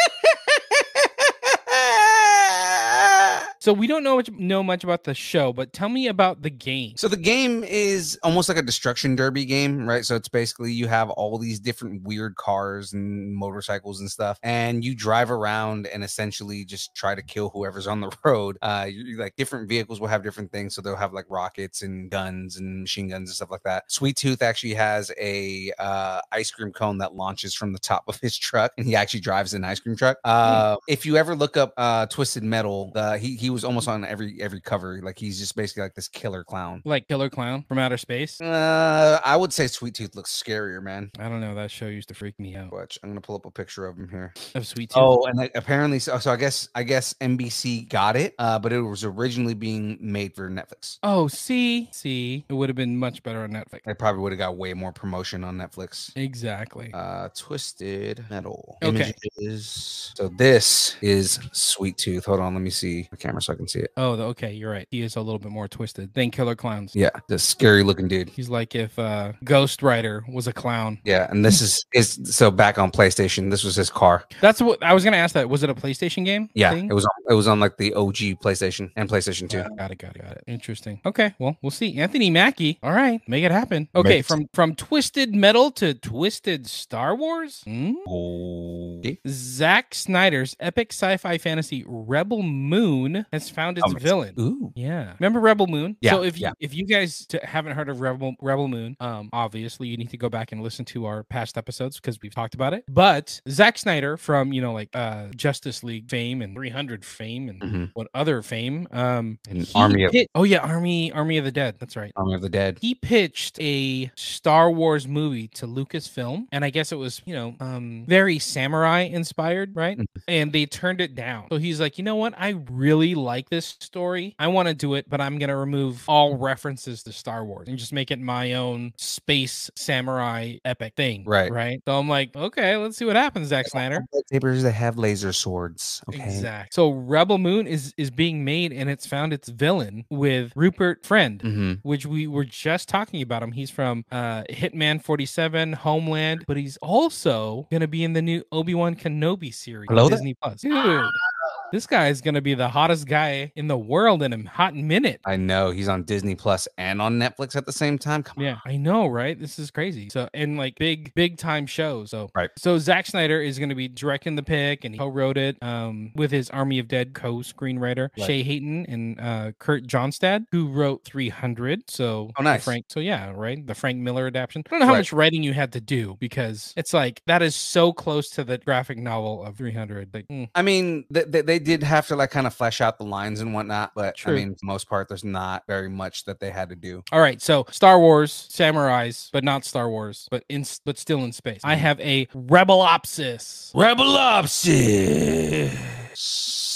So we don't know much know much about the show, but tell me about the game.
So the game is almost like a destruction derby game, right? So it's basically you have all these different weird cars and motorcycles and stuff, and you drive around and essentially just try to kill whoever's on the road. Uh, you, you- like different vehicles will have different things, so they'll have like rockets and guns and machine guns and stuff like that. Sweet Tooth actually has a uh, ice cream cone that launches from the top of his truck, and he actually drives an ice cream truck. Uh, if you ever look up uh, Twisted Metal, uh, he he was almost on every every cover. Like he's just basically like this killer clown.
Like Killer Clown from Outer Space.
Uh, I would say Sweet Tooth looks scarier, man.
I don't know. That show used to freak me out.
Watch, I'm gonna pull up a picture of him here.
Of Sweet Tooth.
Oh, and like apparently, so, so I guess I guess NBC got it, uh, but it was originally being made for Netflix.
Oh, see, see, it would have been much better on Netflix.
They probably would have got way more promotion on Netflix.
Exactly.
Uh, Twisted Metal.
Okay.
Images. So this is Sweet Tooth. Hold on, let me see the camera so I can see it.
oh, the- okay, you're right. He is a little bit more twisted than Killer Clowns.
Yeah, the scary looking dude.
He's like if uh, Ghost Rider was a clown.
Yeah, and this is is so back on PlayStation. This was his car.
That's what I was gonna ask. That was it a PlayStation game?
Yeah,
thing?
it was on, it was on like the OG PlayStation and PlayStation Two.
Yeah, Got it, got it, got it. Interesting. Okay, well, we'll see. Anthony Mackie. All right, make it happen. Okay,
Makes-
from from Twisted Metal to Twisted Star Wars. Hmm?
Okay.
Zack Snyder's epic sci-fi fantasy Rebel Moon has found its
Um,
villain.
Ooh.
Yeah. Remember Rebel Moon?
Yeah,
So if you,
yeah.
if you guys t- haven't heard of Rebel Rebel Moon, um, obviously you need to go back and listen to our past episodes because we've talked about it. But Zack Snyder from you know like uh Justice League fame and 300 fame and
Mhm.
what other fame? Um,
And
he
Army of
pit- oh yeah, Army Army of the Dead. That's right.
Army of the Dead.
He pitched a Star Wars movie to Lucasfilm, and I guess it was, you know, um, very samurai inspired, right?
Mhm.
And they turned it down. So he's like, you know what? I really like this story. I want to do it, but I'm going to remove all references to Star Wars and just make it my own space samurai epic thing.
Right.
Right. So I'm like, okay, let's see what happens, Zack Snyder.
Sabers that have laser swords. Okay.
Exactly. So Rebel Moon is is being made and it's found its villain with Rupert Friend
Mm-hmm.
which we were just talking about him. He's from uh, Hitman 47, Homeland, but he's also going to be in the new Obi Wan Kenobi series on
Hello there.
Disney Plus. Dude, this guy is going to be the hottest guy in the world in a hot minute.
I know he's on Disney Plus and on Netflix at the same time. Come on.
Yeah, I know, right? This is crazy. So, and like big, big time shows. So,
Right.
So, Zack Snyder is going to be directing the pick and he co wrote it um, with his Army of Dead co screenwriter,
Right.
Shay Hayton and uh, Kurt Johnstad, who wrote 300. So,
Oh,
the
nice.
Frank. So, yeah, right. The Frank Miller adaptation. I don't know how
Right.
much writing you had to do because it's like that is so close to the graphic novel of 300. Like, mm,
I mean, they, they, they did have to like kind of flesh out the lines and whatnot, but
True.
I mean, for the most part, there's not very much that they had to do.
All right, so Star Wars, samurais, but not Star Wars, but in but still in space. I have a Rebelopsis.
Rebelopsis.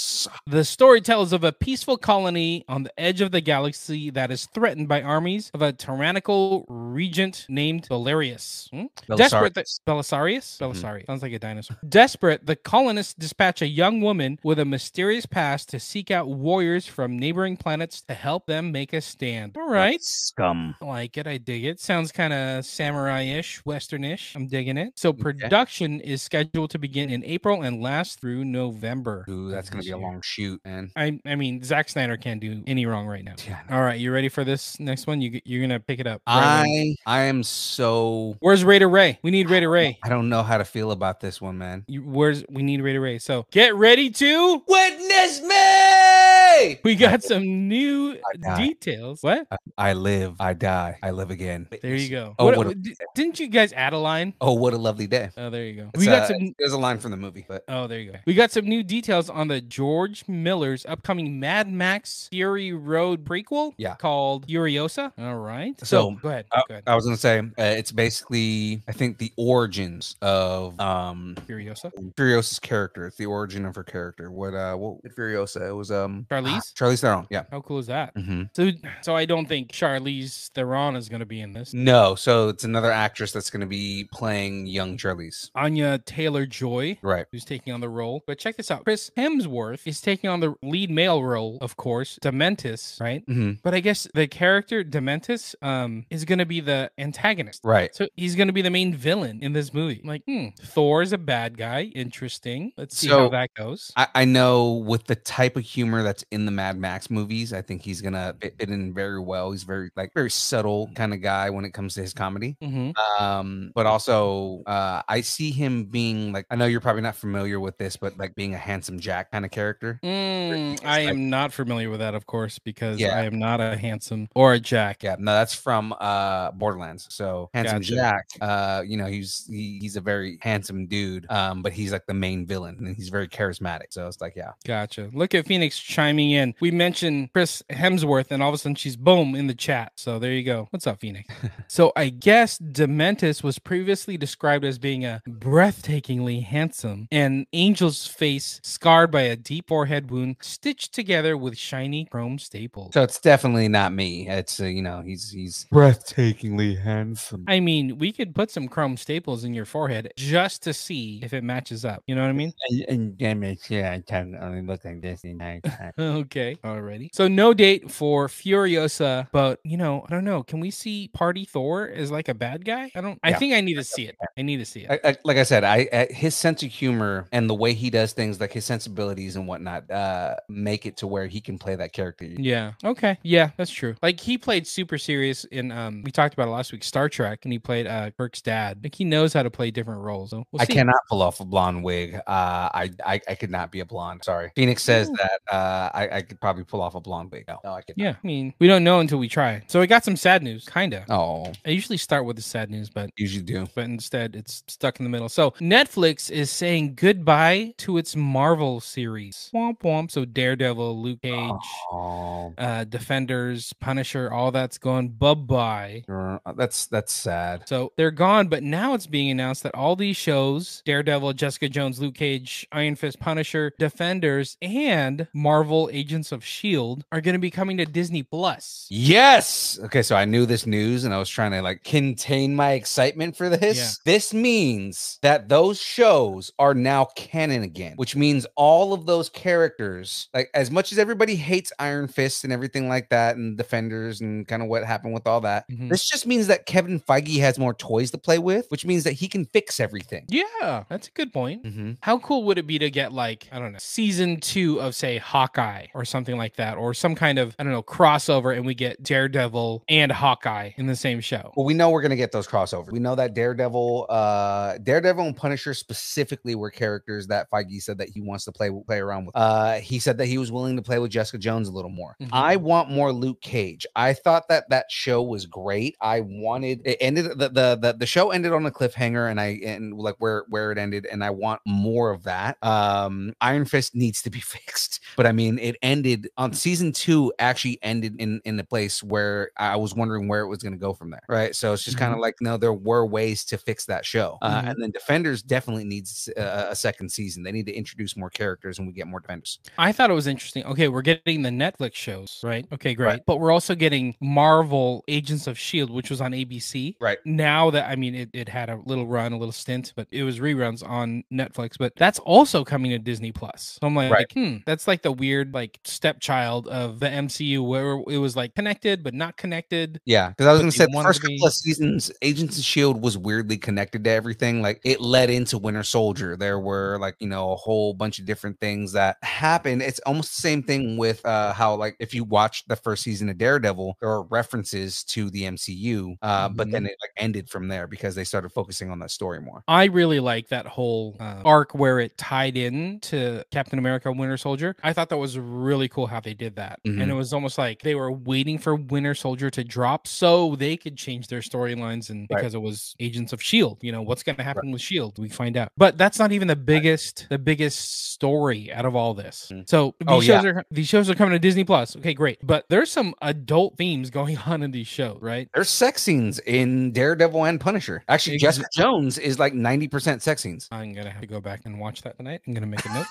The story tells of a peaceful colony on the edge of the galaxy that is threatened by armies of a tyrannical regent named Belarius. Hmm? Desperate, the- Belisarius? Belisarius. Sounds like a dinosaur. Desperate, the colonists dispatch a young woman with a mysterious past to seek out warriors from neighboring planets to help them make a stand. All right.
Scum.
I like it. I dig it. Sounds kind of samurai ish, western ish. I'm digging it. So, production is scheduled to begin in April and last through November.
Ooh,
of
that's gonna
this
be a
year.
long shoot, man.
I, I mean, Zack Snyder can't do any wrong right now.
Yeah, I know.
All right, you ready for this next one? You, g- you're going to pick it up. right away.
I I am so
Where's Raider Ray? We need Raider Ray.
I don't know how to feel about this one, man.
You, where's we need Raider Ray? So get ready to
Witness me. Hey!
We got some new
die.
details. What?
I live, I die, I live again.
There you go.
Oh,
What-
what a-
d- didn't you guys add a line?
Oh, what a lovely day.
Oh, there you go.
It's,
We got
uh,
some
There's a line from the movie, but
Oh, there you go. We got some new details on the George Miller's upcoming Mad Max Fury Road prequel.
Yeah.
Called Furiosa. All right.
So,
go ahead.
I,
go ahead.
I was gonna say uh, it's basically I think the origins of um
Furiosa.
Furiosa's character. It's the origin of her character. What uh what did Furiosa? It was um
Charlize?
Charlize Theron. Yeah.
How cool is that?
hmm
So, so I don't think Charlize Theron is going to be in this.
No, so it's another actress that's gonna be playing young Charlize.
Anya Taylor Joy,
Right.
who's taking on the role. But check this out: Chris Hemsworth is taking on the lead male role, of course, Dementis, right?
hmm
But I guess the character Dementis um, is going to be the antagonist.
Right.
So he's going to be the main villain in this movie. I'm like, hmm, Thor's a bad guy. Interesting. Let's see how
So,
that goes.
I, I know with the type of humor that's in the Mad Max movies, I think he's gonna fit, fit in very well. He's very like very subtle kind of guy when it comes to his comedy.
Mhm.
um but also uh i see him being like i know you're probably not familiar with this but like being a handsome jack kind of character
Mm,
it's
I
like-
am not familiar with that, of course, because
Yeah.
I am not a handsome or a jack.
yeah no that's from uh borderlands so handsome
Gotcha.
jack uh you know he's he, he's a very handsome dude um but he's like the main villain and he's very charismatic so it's like yeah
Gotcha. Look at Phoenix chiming in. We mentioned Chris Hemsworth, and all of a sudden she's boom in the chat. So there you go. What's up, Phoenix? so I guess Dementis was previously described as being a breathtakingly handsome and angel's face scarred by a deep forehead wound stitched together with shiny chrome staples.
so it's definitely not me it's uh, you know he's he's breathtakingly handsome
I mean, we could put some chrome staples in your forehead just to see if it matches up. You know what I mean?
and, and damn it yeah i can only look like this the entire time
Okay. Alrighty. So no date for Furiosa, but you know, I don't know. Can we see Party Thor as like a bad guy? I don't I
Yeah.
think I need to see it. I need to see it.
I, I, like I said, I, I his sense of humor and the way he does things, like his sensibilities and whatnot, uh, make it to where he can play that character.
Yeah. Okay. Yeah, that's true. Like he played super serious in um we talked about it last week, Star Trek, and he played uh Kirk's dad. Like he knows how to play different roles. So we'll
I
see.
cannot pull off a blonde wig. Uh, I, I I could not be a blonde. Sorry, Phoenix says that uh, I, I could probably pull off a blonde wig. No, no I could.
Yeah. I mean, we don't know until we try. So I got some sad news, kinda.
Not. Oh,
I usually start with the sad news, but
usually do.
but instead it's stuck in the middle. So Netflix is saying goodbye to its Marvel series. Womp womp. So Daredevil, Luke Cage,
Oh,
uh, Defenders, Punisher, all that's gone bye bye.
er, that's that's sad.
So they're gone, but now it's being announced that all these shows Daredevil, Jessica Jones, Luke Cage, Iron Fist, Punisher, Defenders, and Marvel Agents of S.H.I.E.L.D. E are going to be coming to Disney Plus.
Yes. Okay, so I knew this news and I was trying to like contain my excitement for this. This means that those shows are now canon again, which means all of those characters, like as much as everybody hates Iron Fist and everything like that and Defenders and kind of what happened with all that,
Mhm.
this just means that Kevin Feige has more toys to play with, which means that he can fix everything.
Yeah, that's a good point.
Mm-hmm.
How cool would it be to get like, I don't know, season two of say Hawkeye or something like that, or some kind of, I don't know, crossover and we get Daredevil and Hawkeye in the same show.
Well, we know we're gonna get those crossovers. We know that Daredevil, uh, Daredevil and Punisher specifically were characters that Feige said that he wants to play play around with. Uh, he said that he was willing to play with Jessica Jones a little more.
Mhm.
I want more Luke Cage. I thought that that show was great. I wanted it ended the the the, the show ended on a cliffhanger, and I and like where where it ended, and I want more of that. Um, Iron Fist needs to be fixed, but I mean, it ended on season two. Actually, ended in in a place where I was wondering where it was going to go from there. Right, so it's just kind of like no, there were ways to fix that show, uh,
Mhm.
and then Defenders definitely needs uh, a second season. They need to introduce more characters, and we get more Defenders.
I thought it was interesting. Okay, we're getting the Netflix shows, right? Okay, great.
Right.
But we're also getting Marvel Agents of S.H.I.E.L.D., E which was on ABC.
Right.
Now that, I mean, it, it had a little run, a little stint, but it was reruns on Netflix, but that's also coming to Disney Plus. So I'm like,
Right.
hmm, that's like the weird, like, stepchild of the MCU where it was like connected, but not connected.
Yeah, because I was
But
gonna
they
say the
wanted to
first couple of seasons, Agents of Shield E was weirdly connected to everything. Like it led into Winter Soldier. There were like you know a whole bunch of different things that happened. It's almost the same thing with uh how like if you watch the first season of Daredevil, there are references to the MCU, uh, but then it like ended from there because they started focusing on that story more.
I really
Um,
like that whole uh, arc where it tied in to Captain America Winter Soldier. I thought that was really cool how they did that.
Mhm.
Mm-hmm.
And it was almost like they were waiting for Winter Soldier to drop so they could change their storylines. And
Right.
because it was Agents of S.H.I.E.L.D., E you know, what's going to happen with S.H.I.E.L.D.? E We find out. But that's not even the biggest, the biggest story out of all this. So these,
Oh,
shows
yeah.
are, these shows are coming to Disney Plus. Okay, great. But there's some adult themes going on in these shows, right?
There's sex scenes in Daredevil and Punisher. Actually,
Ex-
Jessica Jones is like 90% sex scenes.
I'm going to have to go back and watch that tonight. I'm going to make a note.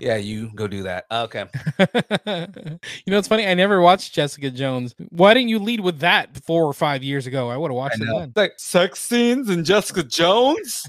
yeah, you go do that. Okay.
you know, it's funny. I never watched Jessica Jones. Why didn't you lead with that four or five years ago? I would have watched it
know.
then.
Like sex scenes and Jessica Jones?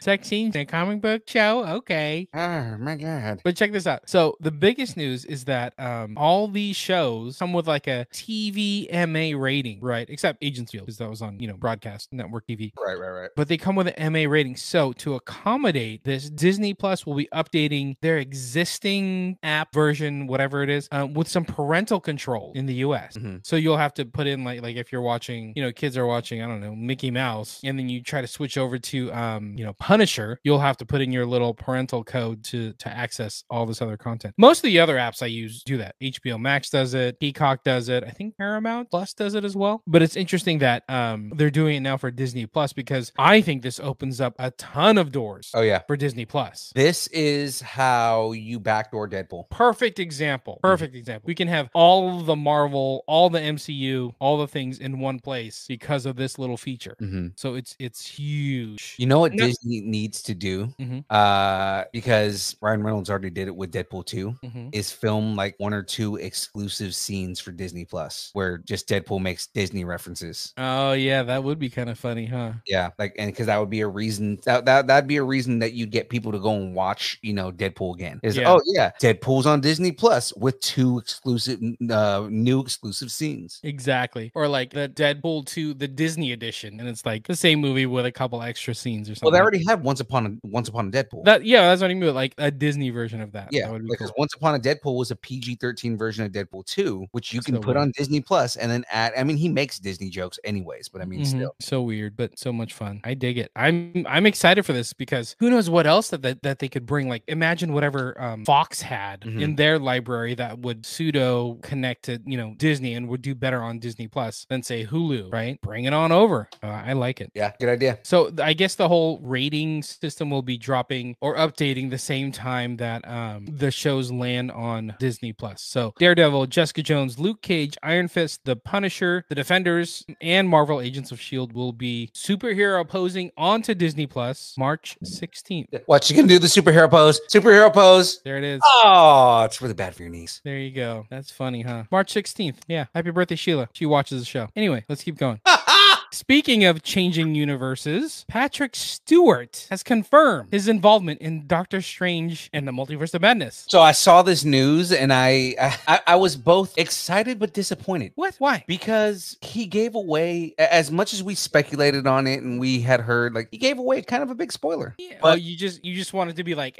Sex scenes in a comic book show. Okay.
oh my god.
But check this out. So the biggest news is that um, all these shows come with like a TVMA rating, right? Except Agents Field, because that was on you know broadcast network TV.
Right, right, right.
But they come with an MA rating. So to accommodate this, Disney Plus will be updating their existing app version, whatever it is, um, with some parental control in the U.S.
Mhm.
So you'll have to put in like like if you're watching, you know, kids are watching, I don't know, Mickey Mouse, and then you try to switch over to, um, you know, Punisher. You'll have to put in your little parental code to to access all this other content. Most of the other apps I use do that. HBO Max does it, Peacock does it. I think Paramount Plus does it as well. But it's interesting that um they're doing it now for Disney Plus because I think this opens up a ton of doors
Oh yeah.
for Disney Plus.
This is how you backdoor Deadpool.
Perfect example. Perfect example. We can have all the Marvel, all the MCU, all the things in one place because of this little feature.
Mhm.
So it's it's huge.
You know what
No.
Disney needs to do?
Mhm.
Uh, because Ryan Reynolds already did it with Deadpool 2.
Mhm.
is film like one or two exclusive scenes for Disney Plus where just Deadpool makes Disney references.
Oh yeah, that would be kind of funny, huh?
Yeah, like and because that would be a reason that that that'd be a reason that you'd get people to go and watch, you know, Deadpool again. Is
Yeah.
oh yeah, Deadpool's on Disney Plus with two exclusive n- uh, new exclusive scenes.
Exactly. Or like the Deadpool 2, the Disney edition, and it's like the same movie with a couple extra scenes or something.
Well, they already have Once Upon a Once Upon a Deadpool.
that yeah, that's what I mean. Like a Disney version of that.
yeah,
That would be
because
cool.
Once Upon a Deadpool was a PG thirteen version of Deadpool two, which you can
Still
put
would.
on Disney Plus and then add. I mean, he makes Disney jokes anyways, but I mean,
Mhm.
still,
so weird, but so much fun. I dig it. I'm I'm excited for this because who knows what else that that, that they could bring. Like imagine whatever um, Fox had
Mhm.
in their library that would pseudo connect to you know Disney and would do better on Disney Plus than say Hulu. Right? Bring it on over. Uh, I like it.
yeah, good idea.
So th- I guess the whole rating system will be dropping or updating the same time that um, the shows land on Disney Plus. So Daredevil, Jessica Jones, Luke Cage, Iron Fist, The Punisher, The Defenders, and Marvel Agents of Shield E will be superhero posing onto Disney Plus March 16th.
Watch, you can do the superhero pose. Superhero pose.
There it is.
Oh, it's really bad for your knees.
There you go. That's funny, huh? March 16th. Yeah. Happy birthday, Sheila. She watches the show. Anyway, let's keep going. Speaking of changing universes, Patrick Stewart has confirmed his involvement in Doctor Strange and the Multiverse of Madness.
So I saw this news and I I, I was both excited but disappointed.
What? Why?
Because he gave away a- as much as we speculated on it and we had heard, like he gave away kind of a big spoiler.
oh,
But-
you just you just wanted to be like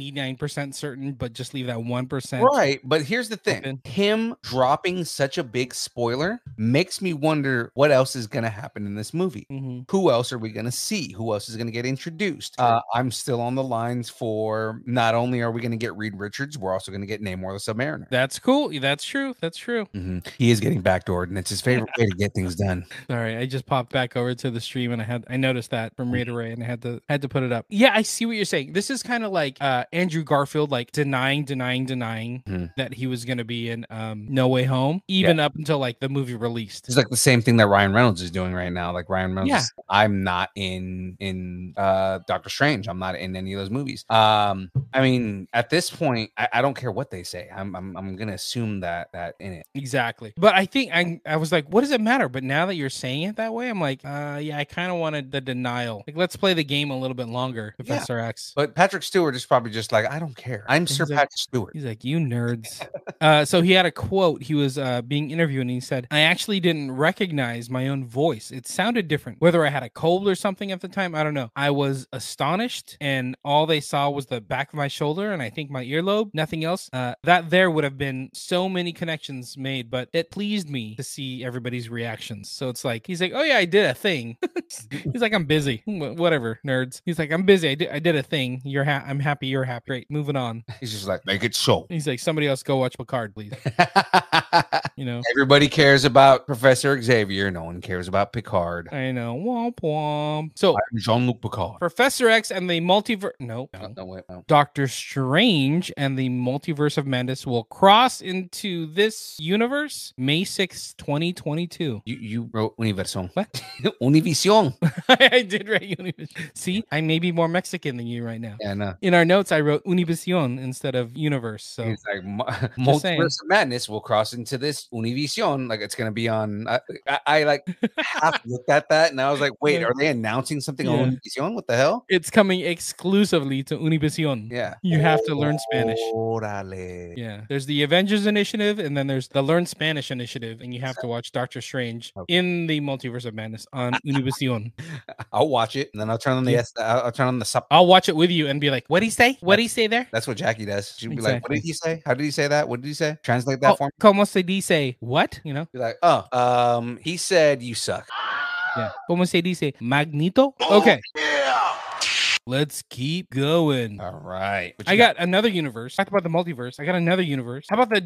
99% certain, but just leave that 1%.
Right, but here's the thing:
Open.
him dropping such a big spoiler makes me wonder what else is going to happen in this movie.
hmm
who else are we going to see? Who else is going to get introduced? Uh, I'm still on the lines for not only are we going to get Reed Richards, we're also going to get Namor the Submariner.
That's cool. That's true. That's true.
Mhm. He is getting backdoored, and it's his favorite way to get things done.
Sorry, I just popped back over to the stream and I had I noticed that from Rita Ray and I had to had to put it up. Yeah, I see what you're saying. This is kind of like uh Andrew Garfield like denying, denying, denying
Mhm.
that he was gonna be in um No Way Home, even up until like the movie released.
It's like the same thing that Ryan Reynolds is doing right now. Like Ryan Reynolds,
Yeah.
is, I'm not in in uh Doctor Strange. I'm not in any of those movies. Um, I mean, at this point, I, I don't care what they say. I'm I'm, I'm going to assume that that in it.
Exactly. But I think I I was like, what does it matter? But now that you're saying it that way, I'm like, uh yeah, I kind of wanted the denial. Like let's play the game a little bit longer,
Yeah.
Professor X.
But Patrick Stewart is probably just like, I don't care. I'm Sir
He's like-
Patrick Stewart.
He's like, you nerds. uh, so he had a quote. He was uh, being interviewed and he said, I actually didn't recognize my own voice voice. It sounded different. Whether I had a cold or something at the time, I don't know. I was astonished, and all they saw was the back of my shoulder and I think my earlobe, nothing else. Uh, that there would have been so many connections made, but it pleased me to see everybody's reactions. So it's like, he's like, oh yeah, I did a thing. he's like, I'm busy. Wh- Whatever, nerds. He's like, I'm busy. I did, I did a thing. You're ha- I'm happy. You're happy. Great. Moving on.
He's just like, make it so.
He's like, somebody else go watch Picard, please. you know,
Everybody cares about Professor Xavier. No one cares about Picard.
I know. Womp womp. So
I'm Jean Luc Picard.
Professor X and the multiverse. No,
No,
no.
no, wait, no.
Doctor Strange and the Multiverse of Madness will cross into this universe May 6th, 2022.
You, you wrote Univision.
What?
Univision.
I did write Univision. See, I may be more Mexican than you right now.
Yeah, I know.
In our notes, I wrote Univision instead of universe. So
It's like mu-
Just saying.
multiverse of madness will cross into this Univision. Like it's gonna be on. I, I, I like half looked at that and I was like, wait,
Yeah.
are they announcing something
Yeah.
on Univision? What the hell?
it's coming exclusively to Univision.
Yeah.
You have to learn Spanish.
Orale.
Yeah. There's the Avengers Initiative, and then there's the Learn Spanish Initiative, and you have to watch Doctor Strange
Okay.
in the Multiverse of Madness on Univision.
I'll watch it and then I'll turn on the.
Yeah.
S- I'll, I'll turn on the sub.
I'll watch it with you and be like, "What did he say? What did he say there?
That's what Jackie does. She'll be like, "What
Exactly.
did he say? How did he say that? What did he say? Translate that
Oh,
for me."
como se dice? What? You know?
Be like, "Oh, um, he said you suck."
Yeah. Como se dice? Magneto. Okay. Let's keep going.
All right. What
I
you
got another universe. Talked about the multiverse. I got another universe. How about the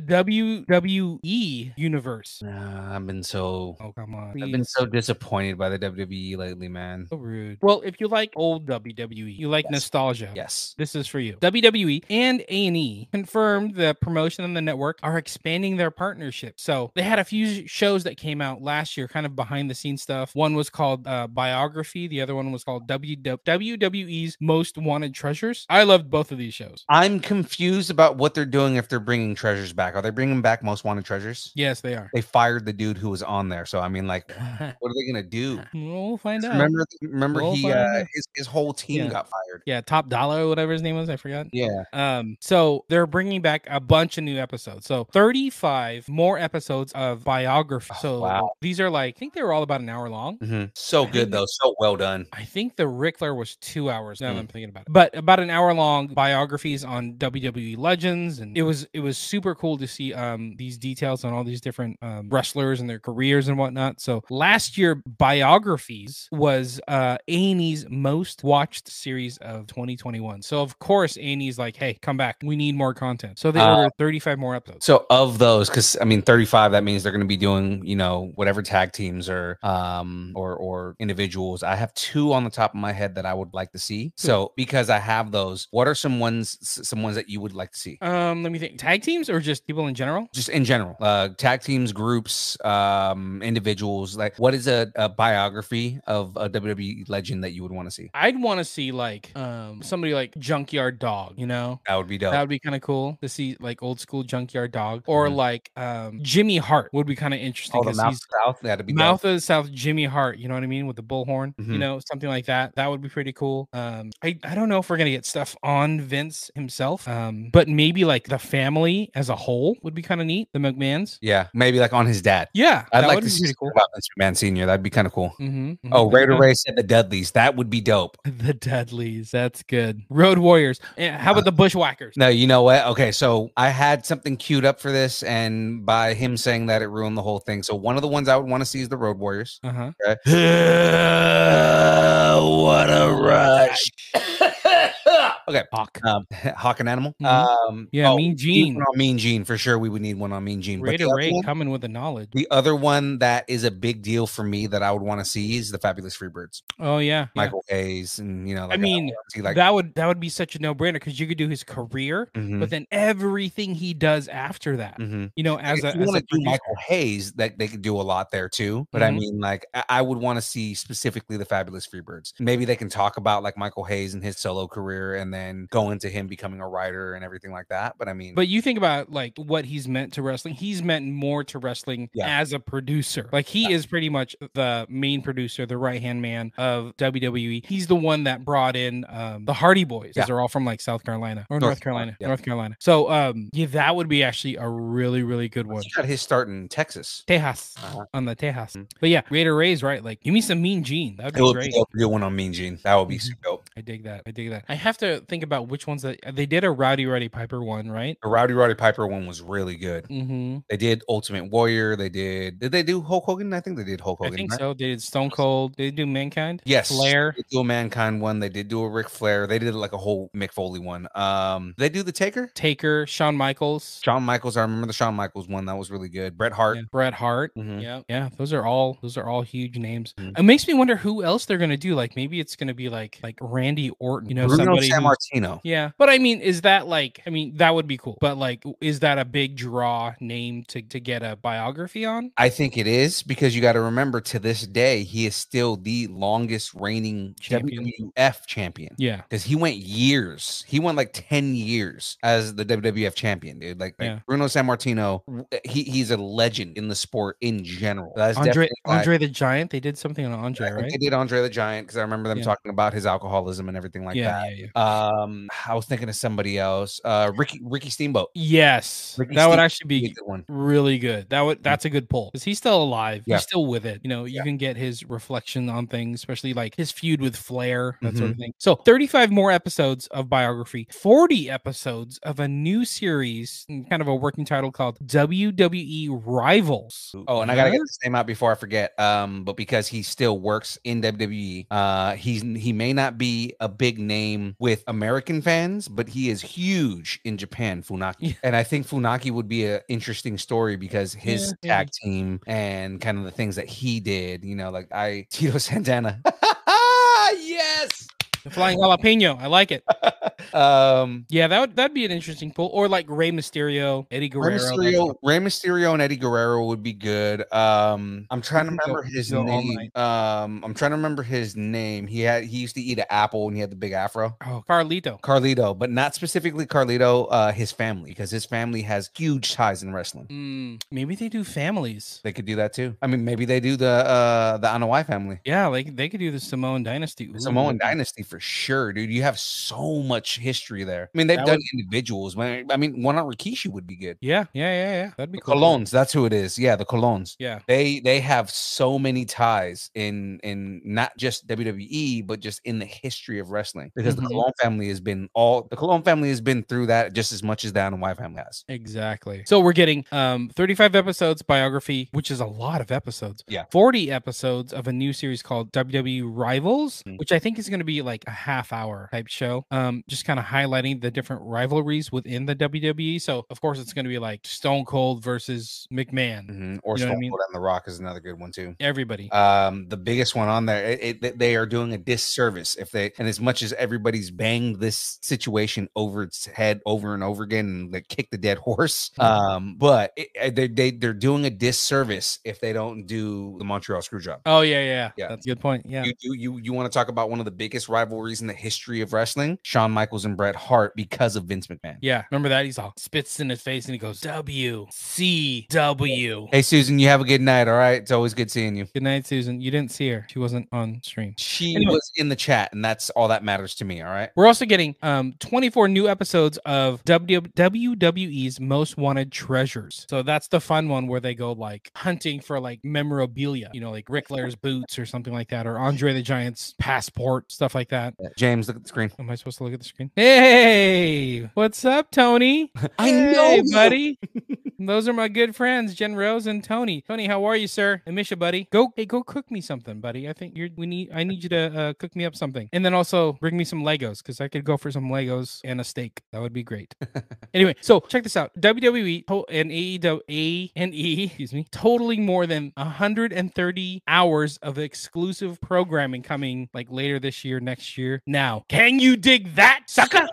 WWE universe?
Nah, I've been so.
Oh come on!
I've been
please.
so disappointed by the WWE lately, man.
So rude. Well, if you like old WWE, you like
E, Yes.
nostalgia.
Yes.
This is for you. WWE E and A&E confirmed the promotion and the network are expanding their partnership. So they had a few shows that came out last year, kind of behind the scenes stuff. One was called uh, Biography. The other one was called W- WWE's Most Wanted Treasures. I loved both of these shows.
I'm confused about what they're doing if they're bringing treasures back. Are they bringing back most wanted treasures?
Yes, they are.
They fired the dude who was on there, so I mean, like, what are they gonna do?
We'll find out.
Remember, remember
We'll
he
find
uh,
out.
his his whole team
Yeah.
got fired.
Yeah, Top Dollar, whatever his name was. I forgot.
Yeah,
Um, so they're bringing back a bunch of new episodes. So 35 more episodes of biography.
Oh,
So
wow.
these are like, I think they were all about an hour long.
Mhm. so good though, so well done.
I think the Ric Flair was two hours. Now that
Mm.
I'm thinking about it, but about an hour long biographies on WWE legends, and it was it was super cool to see um these details on all these different um, wrestlers and their careers and whatnot. So last year, biographies was uh A&E's most watched series of 2021. So of course, A&E's like, hey, come back, we need more content. So they
Uh,
ordered 35 more episodes.
So of those, because I mean, 35. That means they're gonna be doing, you know, whatever tag teams or um or or individuals. I have two on the top of my head that I would like to see. So because I have those, what are some ones s- some ones that you would like to see?
Um, let me think. Tag teams or just people in general?
just in general uh tag teams groups um individuals like what is a, a biography of a wwe legend that you would want to see
I'd want to see like um somebody like Junkyard Dog, you know,
that would be dope
That would be kind of cool to see like old school junkyard dog or
Mhm.
like um Jimmy Hart would be kind of interesting
oh, the
because
mouth
he's
south that'd be
mouth
dope.
of the south Jimmy Hart, you know what I mean, with the bullhorn,
Mhm.
you know, something like that. That would be pretty cool. Um I I don't know if we're going to get stuff on Vince himself. Um but maybe like the family as a whole would be kind of neat, the McMahons.
yeah maybe like on his dad
Yeah,
i'd
that
like
would
to
be
see
pretty
something
cool.
about Vince McMahon senior that'd be kind of cool
Mhm, mhm,
oh
that'd be
raider
good.
ray said the dudleys that would be dope
The Dudleys. That's good. Road Warriors. Eh, How about the Bushwhackers?
Uh, no you know what okay so i had something queued up for this and by him saying that it ruined the whole thing so one of the ones i would want to see is the road warriors
Uh huh.
Okay. what a rush. okay.
Hawk.
Um, Hawk and Animal.
Mhm.
Um,
Yeah, Mean
we need
Gene.
one on mean Gene for sure. We would need one on Mean Gene. But the
Raider
other,
Ray
one,
coming with the knowledge.
the other one that is a big deal for me that I would want to see is the Fabulous Freebirds,
Oh yeah. yeah.
Michael Hayes, and you know, like,
mean,
wanna see, like
that would that would be such a no brainer because you could do his career,
mhm,
but then everything he does after that,
mhm.
you know, as
Like, if
a,
you
as a
want to do
producer.
Michael Hayes, that they could do a lot there too. But I
Mhm.
mean, like, I, I would want to see specifically the Fabulous Freebirds. Maybe they can talk about like Michael Hayes and his solo career, and then go into him becoming a writer and everything like that. But I mean,
But you think about like what he's meant to wrestling. He's meant more to wrestling
Yeah.
as a producer. Like he is pretty much the main producer, the right hand man of WWE. He's the one that brought in um, the Hardy Boys. 'cause
Yeah.
They're all from like South Carolina or
North
North, Carolina,
Carolina, yeah.
North Carolina. So um, yeah, that would be actually a really really good one.
he got his start in Texas.
Tejas
Uh-huh.
on the Tejas. But yeah, Raider Ray's right. Like give me some Mean Gene. That'd
It
be
would
great.
be dope to do one on Mean Gene. That would be
Mhm.
so dope.
I dig that. I dig that. I have to think about which ones that they did a Rowdy Roddy Piper one, right?
The Rowdy Roddy Piper one was really good.
Mm-hmm.
They did Ultimate Warrior. They did. Did they do Hulk Hogan? I think they did Hulk Hogan.
I think
right?
so. They did Stone Cold. They do Mankind.
Yes,
Flair.
They did do a Mankind one. They did do a Ric Flair. They did like a whole Mick Foley one. Um, they do the Taker.
Taker, Shawn Michaels,
Shawn Michaels. I remember the Shawn Michaels one. That was really good. Bret Hart.
yeah, Bret Hart.
Mhm.
Yeah, yeah. Those are all those are all huge names.
Mhm.
It makes me wonder who else they're gonna do. Like maybe it's gonna be like like Randy Orton. You know,
Bruno
somebody.
San
who's-
Martino.
Yeah, but I mean, is that like? I mean, that would be cool. But like, is that a big draw name to to get a biography on?
I think it is because you got to remember to this day he is still the longest reigning
Champion.
WWF champion.
Yeah.
Because he went years. He went like 10 years as the WWF champion, dude. Like, like
Yeah.
Bruno San Martino, he, he's a legend in the sport in general. That's
Andre
definitely why-
Andre the Giant. They did something on
I
Andre,
think
right?
They did Andre the Giant because I remember them
Yeah.
talking about his alcoholism and everything like
yeah,
that.
yeah, yeah.
Um, I was thinking of somebody else. Uh, Ricky Ricky Steamboat.
Yes,
Ricky
that would
Steamboat
actually
He
be
did one.
really good. That would that's a good pull because he's still alive.
Yeah.
He's still with it. You know, you
Yeah.
can get his reflection on things, especially like his feud with Flair, that sort
Mhm.
of thing. So, 35 more episodes of biography, 40 episodes of a new series, and kind of a working title called WWE Rivals.
Oh, and I gotta get
Huh?
this name out before I forget. Um, but because he still works in WWE, uh, he's he may not be a big name with American fans, but he is huge in Japan. Funaki,
Yeah.
and I think Funaki would be an interesting story because his
Yeah, yeah.
tag team and kind of the things that he did. You know, like I Tito Santana. yes.
The Flying Jalapeno. I like it.
um,
Yeah, that would that'd be an interesting pull. Or like Rey Mysterio, Eddie
Rey
Guerrero. that
Mysterio, Rey Mysterio and Eddie Guerrero would be good. Um, I'm trying to
could go-
remember his
go all
name. Um, I'm trying to remember his name. He had he used to eat an apple and he had the big afro.
Oh, Carlito.
Carlito, but not specifically Carlito. Uh, his family because his family has huge ties in wrestling.
Mm, maybe they do families.
They could do that too. I mean, maybe they do the uh the Anawai family.
Yeah, like they could do the Samoan Dynasty. Ooh,
Samoan
that'd be-
dynasty for sure, dude. You have so much history there. I mean, they've
That
done individuals. I mean, one on Rikishi would be good.
Yeah, yeah, yeah, yeah. That'd be
The
cool.
Colons, that's who it is. Yeah, the Colons.
Yeah.
they they have so many ties in in not just WWE but just in the history of wrestling because
Mhm.
the Cologne family has been all the Cologne family has been through that just as much as the Adam Y family has.
Exactly. So we're getting um 35 episodes biography, which is a lot of episodes.
Yeah.
40 episodes of a new series called WWE Rivals,
Mm.
which I think is going to be like a half hour type show. Um just kind of highlighting the different rivalries within the WWE. So of course it's going to be like Stone Cold versus McMahon.
Mhm. Or
You know what I
Stone
mean?
Cold and The Rock is another good one too.
Everybody.
Um, the biggest one on there, it, it, they- they are doing a disservice if they and as much as everybody's banged this situation over its head over and over again and like kick the dead horse,
Mm-hmm.
um, but it, it- they, they they're doing a disservice if they don't do the Montreal Screwjob.
oh yeah, yeah,
Yeah.
That's a good point. Yeah.
You you you, you want to talk about one of the biggest rivalries in the history of wrestling? Shawn Michaels and Bret Hart because of Vince McMahon.
yeah, remember that? He's all spits in his face and he goes, W C W.
Hey Susan, you have a good night. All right, it's always good seeing you.
Good night, Susan. You didn't see her. She wasn't on stream.
She
Anyway.
was in the chat, and that's all that matters to me. All right.
We're also getting um, 24 new episodes of W- WWE's Most Wanted Treasures. So that's the fun one where they go like hunting for like memorabilia, you know, like Ric Flair's boots or something like that, or Andre the Giant's passport, stuff like that.
James, look at the screen.
Am I supposed to look at the screen? Hey, what's up, Tony?
I
Hey,
know you.
buddy. Those are my good friends, Jen Rose and Tony. Tony, how are you, sir? I miss you, buddy. Go, hey, go cook me something, buddy. I think you're. We need. I need you to uh, cook me up something, and then also bring me some Legos because I could go for some Legos and a steak. That would be great. anyway, so check this out. WWE to- and AEW A and E, excuse me, totaling more than 130 hours of exclusive programming coming like later this year, next year. Now, can you dig that, sucker?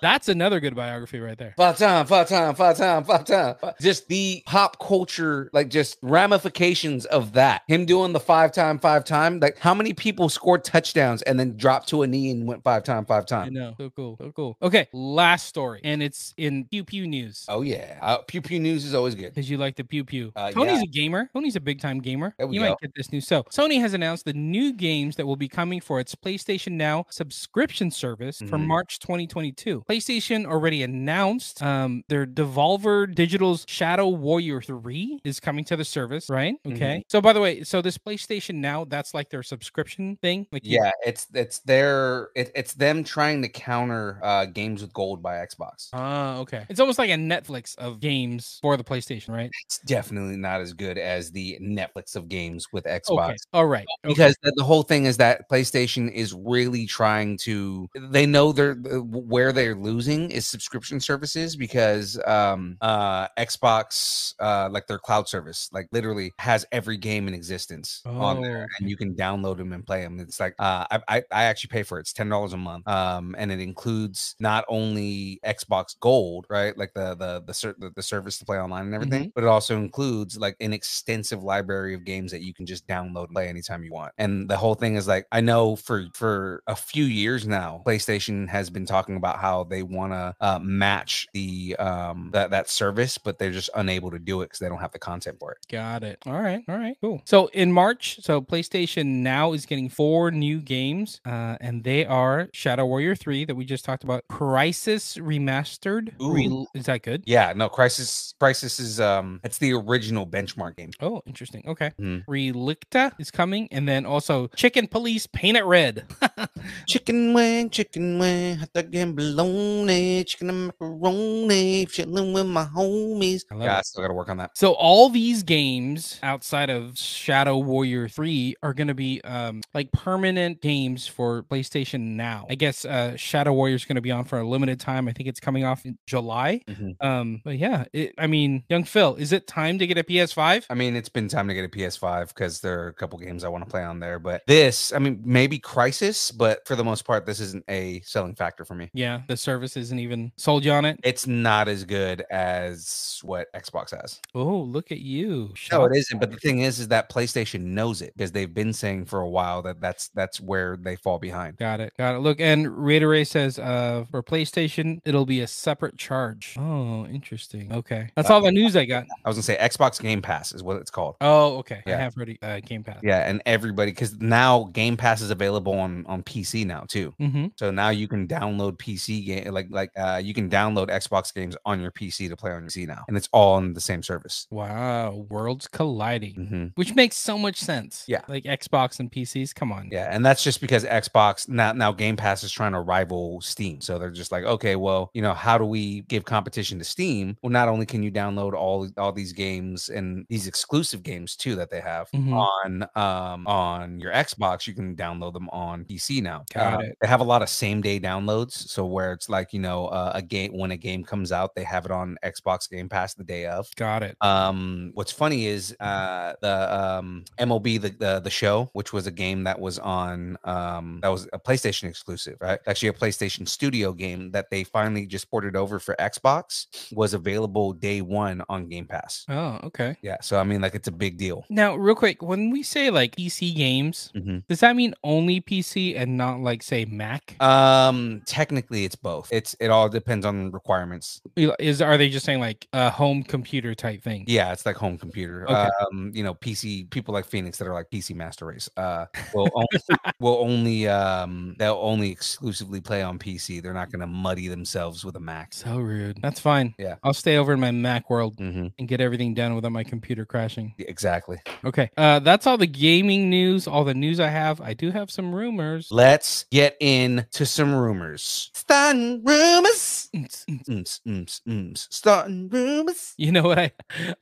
That's another good biography right there.
Five time, five time, five time, five time. Just the pop culture, like just ramifications of that. Him doing the five time, five time. Like how many people scored touchdowns and then dropped to a knee and went five time, five
I
time?
know. So cool. So cool. Okay. Last story. And it's in Pew Pew News.
Oh yeah, uh, Pew Pew News is always good.
Because you like the pew pew.
Uh,
Tony's
yeah.
a gamer. Tony's a big time gamer.
There we
you
go.
might get this news. So Sony has announced the new games that will be coming for its PlayStation Now subscription service for
Mhm.
March 2022. PlayStation already announced um, their Devolver Digital's Shadow Warrior 3 is coming to the service, right? Okay.
Mm-hmm.
So by the way, so this PlayStation Now, that's like their subscription thing. Like you-
Yeah, it's it's their it, it's them trying to counter uh games with gold by Xbox.
Ah, okay. It's almost like a Netflix of games for the PlayStation, right?
It's definitely not as good as the Netflix of games with Xbox.
Okay. All right. Okay.
because the, the whole thing is that PlayStation is really trying to. They know they're the- where they're losing is subscription services because um, uh, Xbox, uh, like their cloud service, like literally has every game in existence on
Oh,
there, and you can download them and play them. It's like uh, I, I I actually pay for it. It's ten dollars a month, um, and it includes not only Xbox Gold, right, like the the the ser- the, the service to play online and everything, but it also includes like an extensive library of games that you can just download and play anytime you want. And the whole thing is like I know for for a few years now, PlayStation has been talking about how they want to uh, match the um that that service, but they're just unable to do it because they don't have the content for it.
Got it. All right. All right. Cool. So in March, so PlayStation Now is getting four new games, uh, and they are Shadow Warrior 3 that we just talked about, Crisis Remastered.
Ooh.
is that good?
Yeah, no, Crisis Crisis is um it's the original benchmark game.
Oh, interesting. Okay.
Mhm.
Relicta is coming, and then also Chicken Police Paint It Red.
Chicken wing, chicken wing, hot dog and bologna, chicken and macaroni, chilling with my homies.
I love
yeah,
it.
I still gotta work on that.
So all these games outside of Shadow Warrior 3 are going to be um, like permanent games for PlayStation Now. I guess uh, Shadow Warrior is going to be on for a limited time. I think it's coming off in July.
Mhm.
Um, but yeah, it, I mean, young Phil, is it time to get a PS5?
I mean, it's been time to get a PS5 because there are a couple games I want to play on there. But this, I mean, maybe Crisis, but for the most part, this isn't a selling factor for me.
Yeah, the service isn't even sold you on it.
It's not as good as what Xbox has.
Oh, look at you!
No,
Shots
it isn't. But the
fired.
thing is, is that PlayStation knows it because they've been saying for a while that that's that's where they fall behind.
Got it. Got it. Look, and Reiterate says uh for PlayStation, it'll be a separate charge. Oh, interesting. Okay.
Uh,
That's all the news I got.
I was gonna say Xbox Game Pass is what it's called.
Oh, okay.
Yeah.
I have already uh, Game Pass.
Yeah, and everybody because now Game Pass is available on on PC now too.
Mm-hmm.
So now you can download PC game like like uh you can download Xbox games on your PC to play on your PC now, and it's all on the same service.
Wow, worlds colliding,
hmm
which makes so much sense.
Yeah.
like Xbox and PCs. Come on.
Yeah, and that's just because Xbox now now Game Pass is trying to rival Steam. So they're just like, okay, well, you know, how do we give competition to Steam? Well, not only can you download all all these games and these exclusive games too that they have
Mhm.
on um on your Xbox, you can download them on PC now.
Got
Uh,
it.
They have a lot of same day downloads, so where it's like you know uh, a game when a game comes out, they have it on Xbox Game Pass the day of.
Got it.
Um, what's funny is uh, the um, MLB the, the the show, which was a game that was on um, that was a PlayStation exclusive, right? Actually, a PlayStation Studio game that they finally just ported over for Xbox was available day one on Game Pass.
Oh, okay.
Yeah, so I mean, like it's a big deal.
Now, real quick, when we say like PC games,
Mhm.
does that mean only PC and not like say Mac?
Um, technically, it's both. It's it all depends on requirements.
You- Is are they just saying like a home computer type thing?
Yeah, it's like home computer.
Okay.
Um, you know, PC people like Phoenix that are like PC master race. Uh, will only, will only um they'll only exclusively play on PC. They're not going to muddy themselves with a Mac.
So rude. That's fine.
Yeah.
I'll stay over in my Mac world
Mhm.
and get everything done without my computer crashing.
Yeah, Exactly.
Okay. Uh, that's all the gaming news, all the news I have. I do have some rumors.
Let's get into some rumors. Starting rumors. Ooms, ooms, ooms. Starting rumors.
You know what I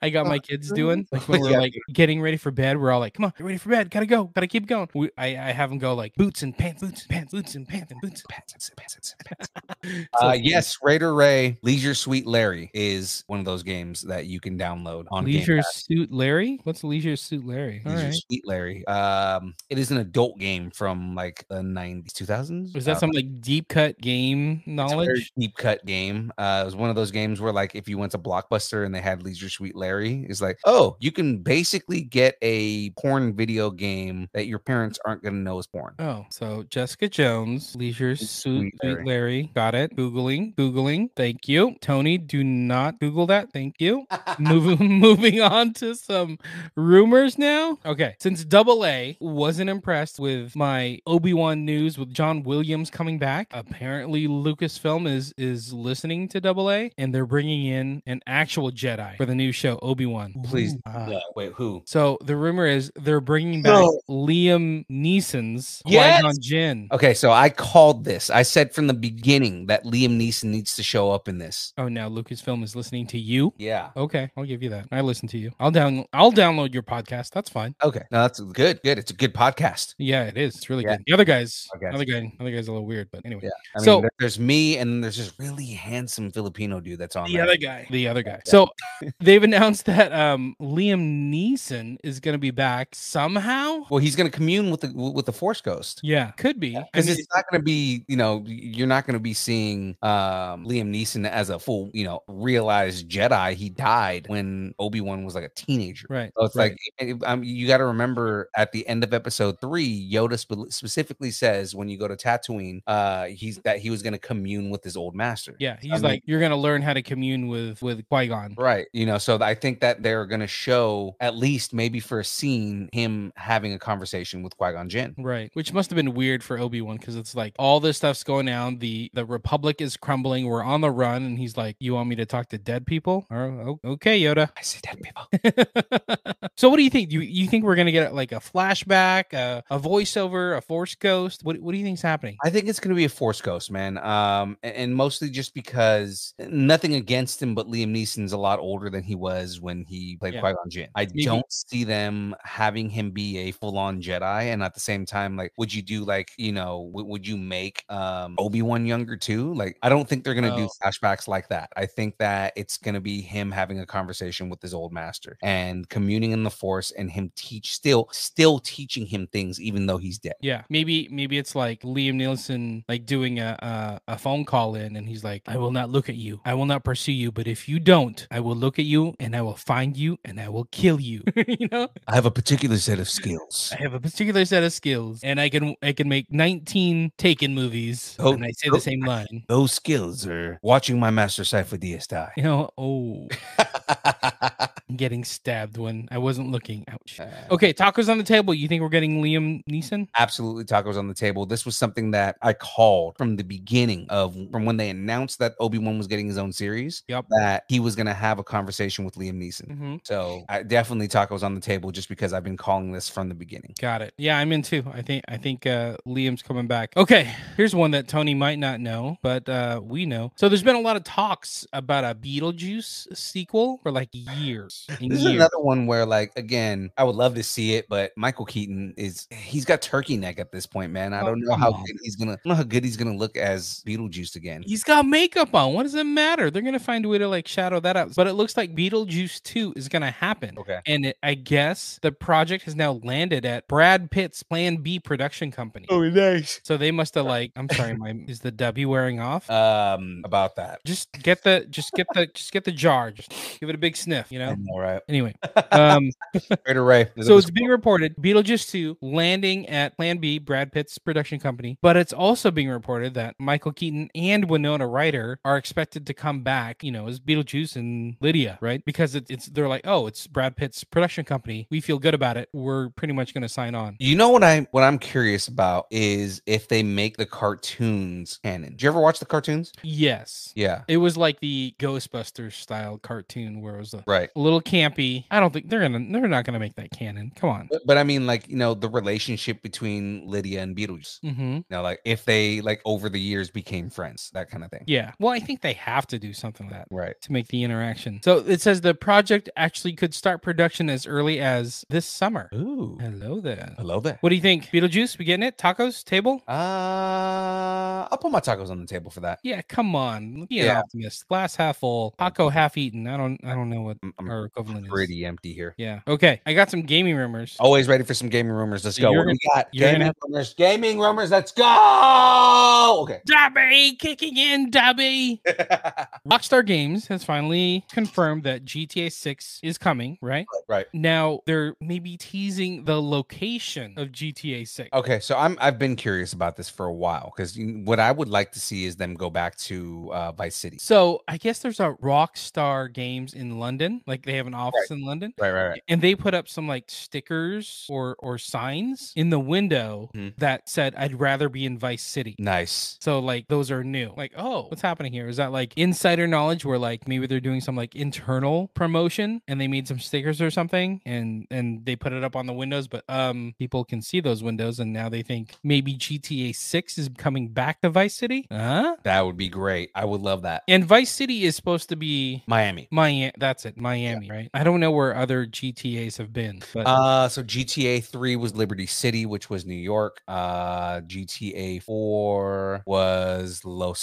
I
Uh,
got my kids
mm-hmm.
doing? Like when we're
Yeah.
like getting ready for bed, we're all like, "Come on, get ready for bed. Gotta go. Gotta keep going." We, I I have them go like boots and pants, boots and pants, boots and pants, and boots.
Pants, pants, pants, pants.
So
Uh,
funny.
yes, Raider Ray, Leisure Suite Larry is one of those games that you can download on Game
Leisure
Pass.
Suit Larry. What's Leisure Suit Larry? All
These are
right.
Sweet Larry. Um, it is an adult game from like the 90s, 2000s.
Is that
something?
some like deep cut game
um, It's a very
knowledge?
deep cut game. Uh, it was one of those games where, like, if you went to Blockbuster and they had Leisure Suite Larry, is like, oh, you can basically get a porn video game that your parents aren't going to know is porn.
Oh, so Jessica Jones, Leisure Suit
Sweet
Larry.
Larry.
Got it. Googling, Googling. Thank you. Tony, do not Google that. Thank you. moving, moving on to some rumors now. Okay. Since Double A wasn't impressed with my Obi Wan news with John Williams coming back, apparently Lucasfilm is is listening to Double A and they're bringing in an actual Jedi for the new show Obi Wan.
Please,
Ah.
no, wait, who?
So the rumor is they're bringing back
No.
Liam Neeson's
Yes!
Qui-Gon Jinn.
Okay, so I called this. I said from the beginning that Liam Neeson needs to show up in this.
Oh, now Lucasfilm is listening to you.
Yeah.
Okay, I'll give you that. I listen to you. I'll down. I'll download your podcast. That's fine.
Okay, no, that's good. Good. It's a good podcast.
Yeah, it is. It's really
Yeah.
good. The other guys,
Podcast.
other guy, other guy's a little weird, but anyway.
Yeah. I mean,
So-
there- there's me and there's this really handsome Filipino dude that's on
The
there.
other guy. The other guy. So they've announced that um Liam Neeson is going to be back somehow.
well, he's going to commune with the with the Force Ghost.
Yeah, could be.
because
And
it's not going to be you know you're not going to be seeing um liam neeson as a full you know realized jedi he died when obi-wan was like a teenager
Right.
so it's
right.
like it- um, you got to remember at the end of episode three yoda spe- specifically says when you go to tatooine uh he's that he was going to commune with his old master
yeah, he's
mean-
like you're going to learn how to commune with with Qui-Gon.
Right. You know, so I think that they're going to show, at least maybe for a scene, him having a conversation with Qui Gon Jinn.
Right, which must have been weird for Obi Wan because it's like all this stuff's going down. the The Republic is crumbling. We're on the run, and he's like, "You want me to talk to dead people? Or, o- okay, Yoda."
I see dead people.
so, what do you think? You you think we're gonna get like a flashback, a, a voiceover, a Force ghost? What what do you think's happening?
I think it's going to be a Force Ghost, man. Um, a- and, mostly just because eh, nothing against him, but Liam Neeson's a lot older than he was when he played
Yeah.
Qui Gon Jinn. I
Maybe-
don't see them having him be a full on Jedi, and at the same time, like, would you do like you know, w- would you make um, Obi Wan younger too? Like, I don't think they're going to do
Oh.
flashbacks like that. I think that it's going to be him having a conversation with his old master and communing in the Force, and him teach still, still teaching him things, even though he's dead.
Yeah, maybe maybe it's like Liam Nielsen like doing a, a a phone call in, and he's like, "I will not look at you. I will not pursue you. But if you don't, I will look at you, and I will find you, and I will kill you." you know.
I have a particular set of skills.
I have a particular set of skills, and I can I can make 19 Taken movies,
Oh,
and I say
oh.
the same line.
Those skills are watching my master cipher DS die.
You know, oh, I'm getting stabbed when I wasn't looking. Ouch.
Uh.
Okay, tacos on the table. You think we're getting Liam Neeson?
Absolutely, tacos on the table. This was something that I called from the beginning of from when they announced that Obi Wan was getting his own series.
Yep.
That he was going to have a conversation with Liam Neeson.
Mhm.
So I definitely tacos on the table, just because I've been calling this from the beginning.
Got it. Yeah, I'm in too. I think I think uh, Liam's coming back. Okay, here's one that Tony might not know, but uh, we know. So there's been a lot of talks about a Beetlejuice sequel for like years. and
This is
years.
another one where, like, again, I would love to see it, but Michael Keaton is—he's got turkey neck at this point, man. I
Oh,
don't know
come
how
on.
good he's gonna, I don't know how good he's gonna look as Beetlejuice again.
He's got makeup on. What does it matter? They're gonna find a way to like shadow that out. But it looks like Beetlejuice 2 is gonna happen.
Okay.
And it, I guess the project has now landed at Brad Pitt's Plan B production company.
Oh, nice.
So they must have like I'm sorry, my is the W wearing off?
Um, about that.
just get the just get the just get the jar. Just give it a big sniff, you
I
know?
know, right?
Anyway. Um
Great array.
so it's being reported Beetlejuice 2 landing at Plan B, Brad Pitt's production company. But it's also being reported that Michael Keaton and Winona Ryder are expected to come back, you know, as Beetlejuice and Lydia, right? Because it, it's they're like, oh, it's Brad Pitt's production company. We feel good about it. We're pretty much going to sign on.
You know what I what I'm curious about is if they make the cartoons canon. Did you ever watch the cartoons?
Yes.
Yeah.
It was like the Ghostbusters style cartoon where it was a,
Right.
a little campy. I don't think they're gonna they're not gonna make that canon. Come on.
But, but I mean, like, you know, the relationship between Lydia and Beetlejuice.
Mm-hmm.
You know, like if they like over the years became friends, that kind of thing.
Yeah. Well, I think they have to do something like that.
Right.
to make the interaction. So it says the project actually could start production as early as this summer.
Ooh.
Hello there.
Hello there.
What do you think? Beetlejuice, we getting it? Tacos, table?
Uh I'll put my tacos on the table for that.
Yeah, come on. Be an
Yeah.
optimist. Glass half full, taco half eaten. I don't I don't know what
I'm, I'm
or or equivalent is.
Pretty Oh. empty here.
Yeah. Okay. I got some gaming rumors.
Always ready for some gaming rumors. Let's go.
You're
What do we
gonna-
got?
you're
Gaming
gonna have-
rumors. Gaming rumors. Let's go. Okay.
Dobby kicking in, Dobby. Rockstar Games has finally confirmed that GTA 6 is coming, right?
right.
Now they're maybe teasing the location of GTA 6.
Okay, so I'm I've been curious about this for a while because what I would like to see is them go back to uh, Vice City.
So I guess there's a Rockstar Games in London. Like they have an office in London.
Right, right, right.
And they put up some like stickers or or signs in the window
Mhm.
that said I'd rather be in Vice City.
Nice.
So like those are new. Like, oh, what's happening here? Is that like insider knowledge where like maybe they're doing some like internal promotion and they made some stickers or something and and they put it up on the windows, but um people can see those windows and now they think maybe GTA 6 is coming back to Vice City? Huh?
That would be great. I would love that.
And Vice City is supposed to be
Miami.
Miami. That's it, Miami, right? I don't know where other GTAs have been, but
Uh, so GTA 3 was Liberty City, which was New York. Uh, GTA 4 was Los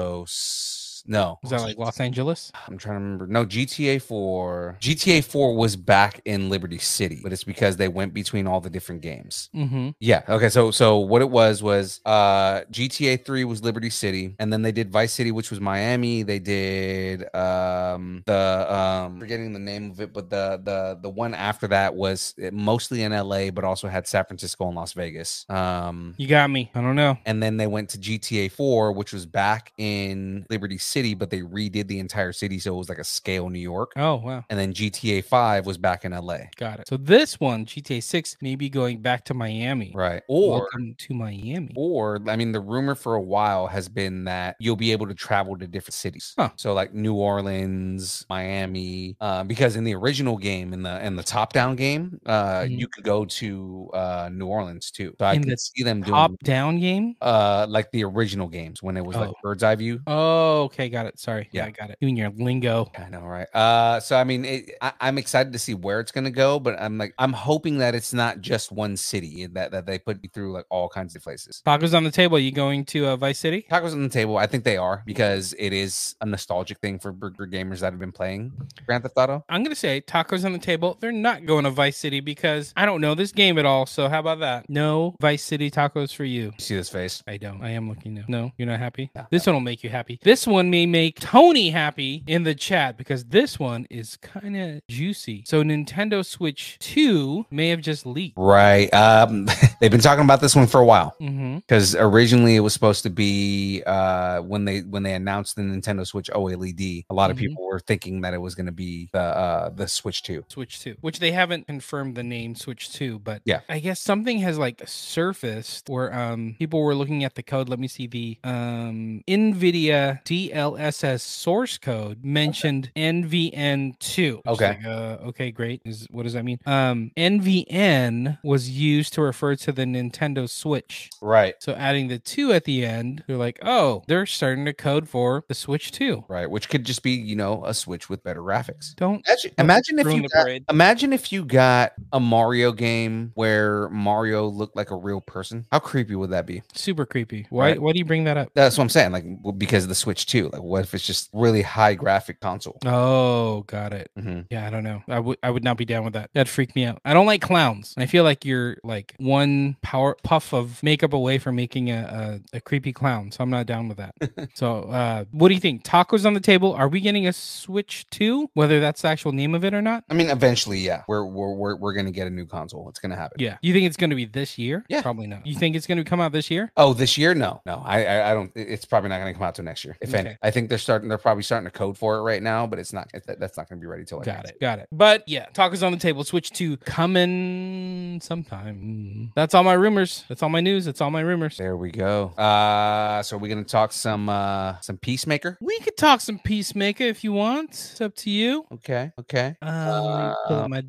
Santos. No,
is that like Los Angeles?
I'm trying to remember. No, GTA 4. GTA 4 was back in Liberty City, but it's because they went between all the different games.
Mm-hmm.
Yeah. Okay. So so what it was was uh GTA 3 was Liberty City, and then they did Vice City, which was Miami. They did um the um forgetting the name of it, but the the the one after that was uh, mostly in LA, but also had San Francisco and Las Vegas. Um
You got me. I don't know.
and then they went to GTA 4, which was back in Liberty City, but they redid the entire city, so it was like a scale New York.
Oh wow.
And then GTA 5 was back in LA.
Got it. So this one, GTA 6, maybe going back to Miami.
Right. Or
Welcome to Miami.
Or, I mean, the rumor for a while has been that you'll be able to travel to different cities.
Huh.
So, like New Orleans, Miami, uh, because in the original game, in the in the top down game, uh,
Mhm.
you could go to uh, New Orleans too. So I
In
can
the
see them doing
Top down game.
uh, like the original games when it was like
Oh.
bird's eye view.
Oh, okay. Got it. Sorry. Yeah,
Yeah.
I got it. Doing your lingo.
I know, right? Uh, so I mean, it, I, I'm excited to see where it's gonna go, but I'm like, I'm hoping that it's not just one city and that that they put me through like all kinds of places.
Tacos on the table. You going to uh, Vice City?
Tacos on the table, I think they are because it is a nostalgic thing for burger gamers that have been playing Grand Theft Auto.
I'm gonna say tacos on the table. They're not going to Vice City because I don't know this game at all. So how about that? No Vice City tacos for you.
You see this face?
I don't. I am looking now. No, you're not happy. This one will make you happy. This one may make Tony happy in the chat because this one is kind of juicy. So Nintendo Switch 2 may have just leaked.
Right. Um, they've been talking about this one for a while.
Mm-hmm.
because originally it was supposed to be uh, when they when they announced the Nintendo Switch OLED, a lot of
Mhm.
people were thinking that it was going to be the uh, the Switch Two.
Switch 2, which they haven't confirmed the name Switch 2, but
Yeah.
I guess something has like surfaced where um people were looking at the code. Let me see the um NVIDIA DLSS source code mentioned NVN2. It's
Okay.
like, uh, okay, great. Is what does that mean? Um NVN was used to refer to the Nintendo Switch.
Right.
So adding the two at the end, they're like, oh, they're starting to code for the Switch 2.
Right. Which could just be you know a Switch with better graphics.
Don't
Imagine,
don't
imagine if
ruin
you
the
got,
parade.
imagine if you got a Mario game where Mario looked like a real person. How creepy would that be?
super creepy. Why
Right.
why do you bring that up?
That's what I'm saying. Like w- because of the Switch Two. Like what if it's just really high graphic console?
Oh, got it.
Mhm.
Yeah, I don't know. I would I would not be down with that. That'd freak me out. I don't like clowns. And I feel like you're like one power puff of makeup away from making a, a, a creepy clown. So I'm not down with that. so uh what do you think? Tacos on the table. Are we getting a switch too? Whether that's the actual name of it or not?
I mean, eventually, yeah, we're we're we're, we're gonna get a new console. It's gonna happen.
Yeah. You think it's gonna be this year?
Yeah.
Probably not. You think it's gonna come out this year?
Oh, this year? No, no. I, I, I don't. it- It's probably not going to come out till next year. If any,
Okay.
I think they're starting. They're probably starting to code for it right now, but it's not. It, that- that's not going to be ready till. Like
Got
next
it. Got it. But yeah, tacos on the table. Switch to coming sometime. That's all my rumors. That's all my news. That's all my rumors.
There we go. Uh, so we're going to talk some uh some peacemaker.
We could talk some Peacemaker if you want. It's up to you.
Okay. Okay.
Um, let me pull
Uh,
up my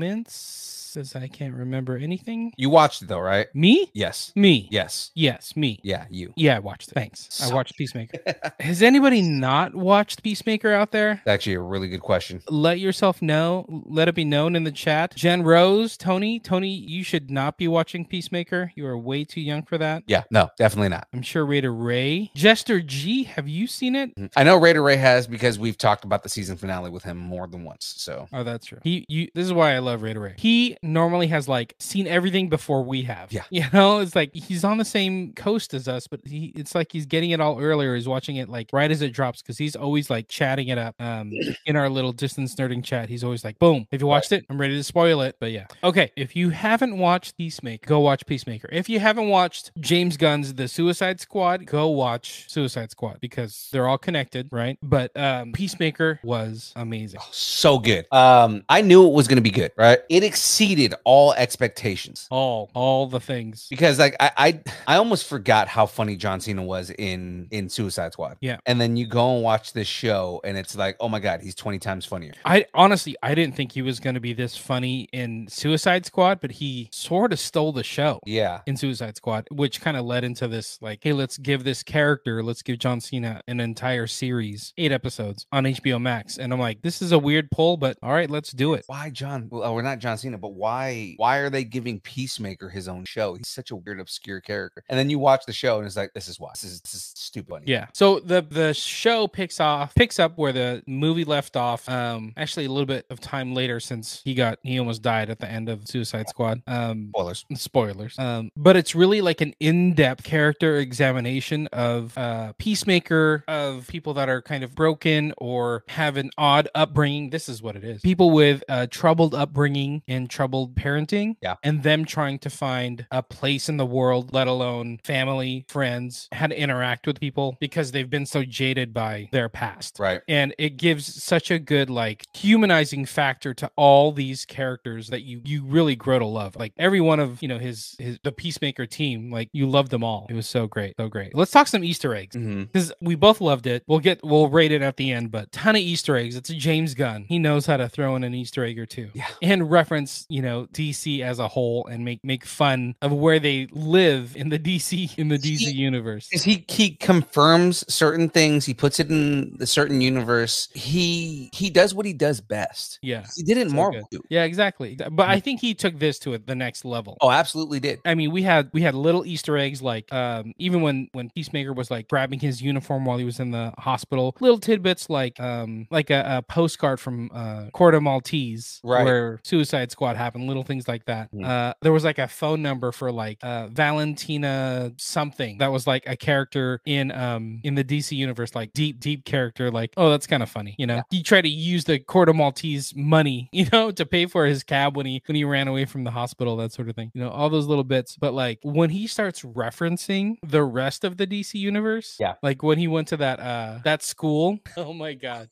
documents because I can't remember anything.
You watched it though, right?
Me?
Yes.
Me.
Yes.
Yes, me.
Yeah. You.
Yeah, I watched it. Thanks. I
So-
watched Peacemaker. Has anybody not watched Peacemaker out there?
That's actually a really good question.
Let yourself know. Let it be known in the chat. Jen Rose, Tony, Tony, you should not be watching watching Peacemaker? You are way too young for that.
Yeah, no, definitely not.
I'm sure Raider Ray. Jester G, have you seen it?
I know Raider Ray has because we've talked about the season finale with him more than once. So
Oh, that's true. He, you. This is why I love Raider Ray. He normally has like seen everything before we have.
Yeah.
you know, it's like he's on the same coast as us, but he, it's like he's getting it all earlier. He's watching it like right as it drops because he's always like chatting it up. Um, in our little distance nerding chat, he's always like, "Boom! Have you watched it? I'm ready to spoil it." But yeah, okay. If you haven't watched Peacemaker, go watch Peacemaker. If you haven't watched James Gunn's The Suicide Squad, go watch Suicide Squad because they're all connected, right? But um, Peacemaker was amazing.
so good. Um, I knew it was going to be good, right? It exceeded all expectations
all all the things
because, like, I, I I almost forgot how funny John Cena was in in Suicide Squad.
Yeah.
and then you go and watch this show, and it's like, oh my god, he's twenty times funnier.
i honestly i didn't think he was going to be this funny in suicide squad but he sort of stole the show
Yeah,
in suicide squad which kind of led into this like hey let's give this character let's give john cena an entire series eight episodes on hbo max and i'm like this is a weird pull but all right let's do it
why John? Well, we're not John Cena, but why? Why are they giving Peacemaker his own show? He's such a weird, obscure character. And then you watch the show, and it's like, this is why. This is, this is stupid. Funny.
Yeah. So the the show picks off picks up where the movie left off. Um, actually a little bit of time later since he got he almost died at the end of Suicide Squad. Um,
Spoilers.
spoilers. Um, but it's really like an in-depth character examination of uh, Peacemaker, of people that are kind of broken or have an odd upbringing. This is what it is: people with uh, troubled upbringing and troubled parenting.
Yeah.
and them trying to find a place in the world, let alone family, friends, how to interact with people because they've been so jaded by their past
Right.
and it gives such a good like humanizing factor to all these characters that you you really grow to love like every one of you know his his the peacemaker team like you love them all it was so great so great let's talk some easter eggs
Mhm.
because we both loved it we'll get we'll rate it at the end but ton of easter eggs it's james gunn he knows how to throw in an easter egg or two
Yeah.
and reference you know dc as a whole and make make fun of where they live in the dc in the dc universe
is he he confirms certain things he puts it in a certain universe he he does what he does best
yeah
he did it in
So
marvel
good.
too.
Yeah, exactly. Th- But I think he took this to it, the next level.
oh absolutely did
I mean, we had we had little Easter eggs like um, even when when Peacemaker was like grabbing his uniform while he was in the hospital, little tidbits like um, like a, a postcard from uh, Corda Maltese
Right.
where Suicide Squad happened, little things like that.
Mm.
Uh, there was like a phone number for like uh, Valentina something that was like a character in um in the DC universe, like deep deep character. Like oh, that's kind of funny, you know. He tried to use the Corda Maltese money, you know, to pay for his cab when he when he ran away from the hospital, that sort of thing. You know, all those little bits. But like when he starts referencing the rest of the DC universe,
Yeah.
like when he went to that uh that school. Oh my god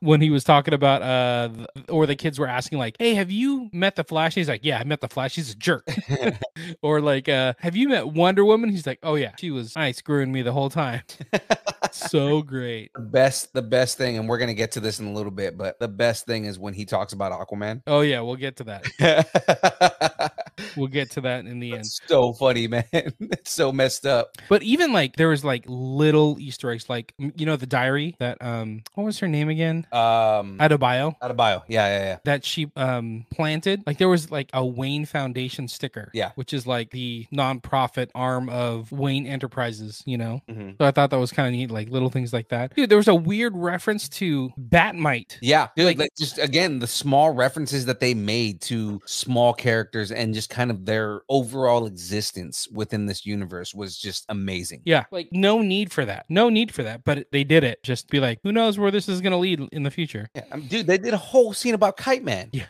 when he was talking about uh th- or the kids were asking like hey have you met the flash he's like yeah i met the flash he's a jerk or like uh have you met wonder woman he's like oh yeah she was nice screwing me the whole time so great
the best the best thing and we're gonna get to this in a little bit but the best thing is when he talks about aquaman
oh yeah we'll get to that we'll get to that in the end
That's so funny man it's so messed up
but even like there was like little easter eggs like m- you know the diary that um what was her name again
um
out of bio
out of bio yeah yeah yeah
that she um planted like there was like a wayne foundation sticker
Yeah.
which is like the nonprofit arm of wayne enterprises you know
Mhm.
so i thought that was kind of neat like little things like that dude there was a weird reference to batmite
Yeah, dude,
Like-
like, just again the small references that they made to small characters and just kind of their overall existence within this universe was just amazing.
yeah like no need for that no need for that but it- they did it just be like who knows where this is going to lead in the future
Yeah, I mean, dude, they did a whole scene about Kite Man.
Yeah.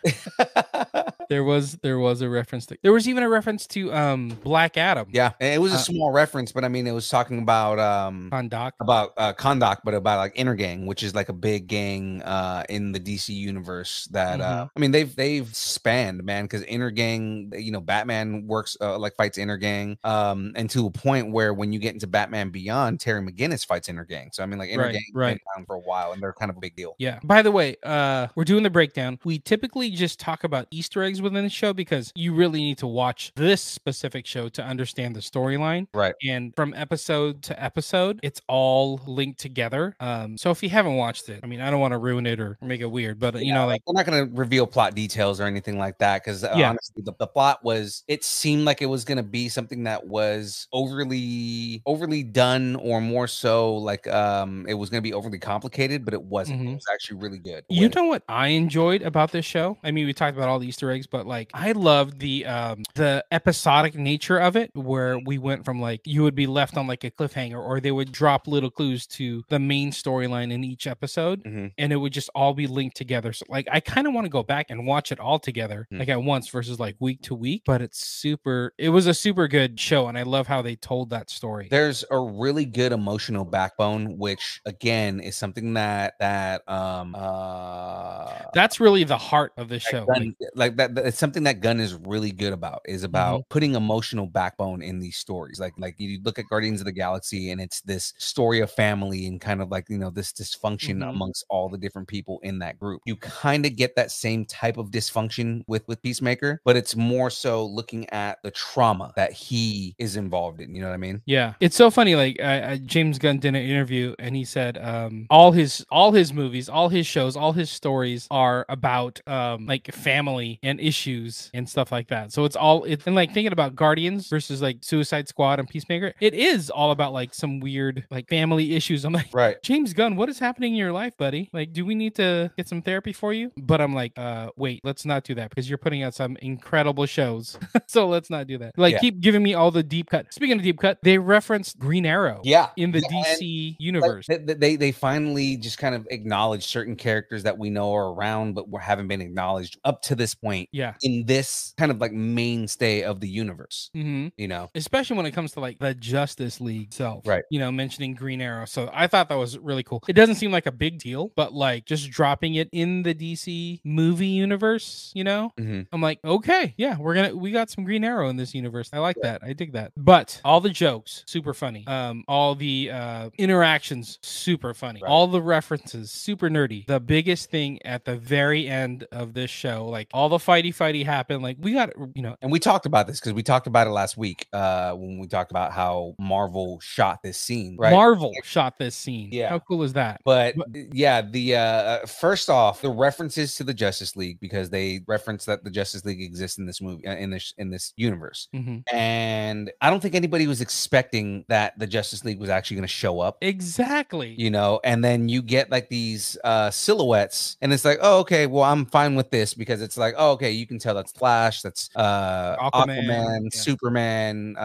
there was there was a reference to there was even a reference to um black adam
yeah, and it was a
Uh,
small reference, but I mean, it was talking about um
on doc
about uh Kondak, but about like Inner Gang, which is like a big gang uh in the DC universe that uh
Mm-hmm.
I mean they've they've spanned, man, because Inner Gang, you know, Batman works uh, like fights Inner Gang. Um and to a point where when you get into Batman Beyond, Terry McGinnis fights Inner Gang. So I mean like Inner
Right,
Gang has
right.
been around for a while and they're kind of a big deal.
Yeah. By the way, uh, we're doing the breakdown. We typically just talk about Easter eggs things within the show because you really need to watch this specific show to understand the storyline.
Right.
And from episode to episode, it's all linked together. Um, so if you haven't watched it, I mean, I don't want to ruin it or make it weird, but uh, you know, like
we're not going to reveal plot details or anything like that because
Yeah.
honestly, the, the plot was it seemed like it was going to be something that was overly overly done or more so like um it was going to be overly complicated, but it wasn't. It
Mhm.
was actually really good.
You know what I enjoyed about this show? I mean, we talked about all the Easter eggs, but like I loved the um the episodic nature of it where we went from like you would be left on like a cliffhanger or they would drop little clues to the main storyline in each episode
Mhm.
and it would just all be linked together. So like I kind of want to go back and watch it all together
Mm.
like at once versus like week to week, but it's super it was a super good show and I love how they told that story.
There's a really good emotional backbone, which again is something that that um uh
That's really the heart of the show. Like,
Gunn- like that, that- it's something that Gunn is really good about is about putting emotional backbone in these stories. Like like you look at Guardians of the Galaxy and it's this story of family and kind of like you know this dysfunction
Mhm.
amongst all the different people in that group. You kind of get that same type of dysfunction with with Peacemaker, but it's more so looking at the trauma that he is involved in. You know what I mean?
Yeah, it's so funny. Like uh, uh, James Gunn did an interview, and he said um, all his all his movies, all his shows, all his stories are about um, like family and issues and stuff like that. So it's all it, and like thinking about Guardians versus like Suicide Squad and Peacemaker, it is all about like some weird like family issues. I'm like.
Right.
James Gunn, what is happening in your life, buddy? Like, do we need to get some therapy for you? But I'm like, uh, wait, let's not do that because you're putting out some incredible shows. so let's not do that. Like,
Yeah.
keep giving me all the deep cut. Speaking of deep cut, they referenced Green Arrow.
Yeah.
In the
Yeah, and,
DC
like,
universe.
th- th- they, they finally just kind of acknowledge certain characters that we know are around but were- haven't been acknowledged up to this point
yeah.
in this kind of like mainstay of the universe,
hmm
you know?
Especially when it comes to like the Justice League itself.
Right.
You know, mentioning Green Arrow. So I thought that was really cool. It doesn't seem like a big deal, but like just dropping it in the DC movie universe, you know,
Mhm.
I'm like, okay, yeah, we're gonna we got some Green Arrow in this universe. I like that. I dig that. But all the jokes, super funny. Um, all the uh, interactions, super funny. All the references, super nerdy. The biggest thing at the very end of this show, like all the fighty fighty happened. Like we got, you know,
And we talked about this because we talked about it last week uh, when we talked about how Marvel shot this scene, right?
Marvel shot this scene.
Yeah.
how cool is that?
but yeah, the uh first off, the references to the Justice League because they reference that the Justice League exists in this movie uh, in this in this universe.
Mhm.
And I don't think anybody was expecting that the Justice League was actually going to show up.
Exactly.
you know and then you get like these uh silhouettes and it's like oh okay well i'm fine with this because it's like oh okay you can tell that's flash that's uh
Aquaman,
aquaman,
yeah.
superman uh,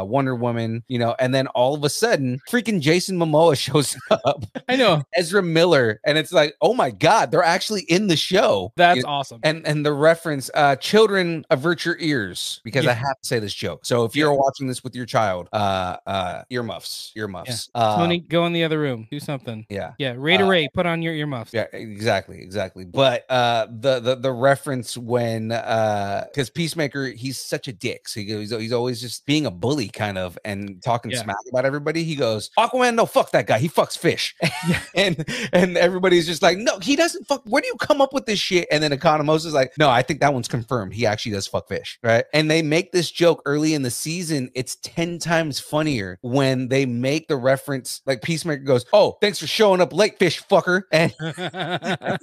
uh wonder woman you know and then all of a sudden freaking jason momoa shows up
I know.
ezra miller and it's like oh my god they're actually in the show
That's
You-
awesome.
and and the reference uh children avert your ears because i
Yeah.
have to say this joke so if you're watching this with your child uh uh earmuffs earmuffs uh
Tony, go in the other room. Do something.
yeah
Yeah, Ray to
Uh,
Ray, put on your earmuffs.
Yeah, exactly, exactly. But uh the the, the reference when uh because Peacemaker he's such a dick, so he goes he's always just being a bully kind of and talking
Yeah.
smack about everybody. He goes, Aquaman, no fuck that guy, he fucks fish. and and everybody's just like, No, he doesn't fuck where do you come up with this shit? And then Economos is like, No, I think that one's confirmed. He actually does fuck fish, right? And they make this joke early in the season, it's ten times funnier when they make the reference like Peacemaker goes, Oh, thanks for showing up late, fish fucker. And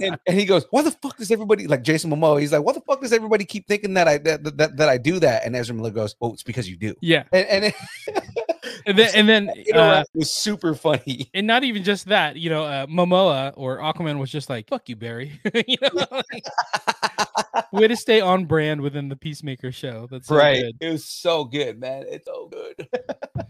and, and he goes, "Why the fuck does everybody like Jason Momoa?" He's like, "Why the fuck does everybody keep thinking that I that that, that I do that?" And Ezra Miller goes, "Oh, it's because you do."
yeah.
And and it,
And then, and then
it
uh,
was super funny.
and not even just that, you know, uh, Momoa or Aquaman was just like, "Fuck you, Barry." you know, like, way to stay on brand within the Peacemaker show. That's so good.
it was so good, man. It's so good.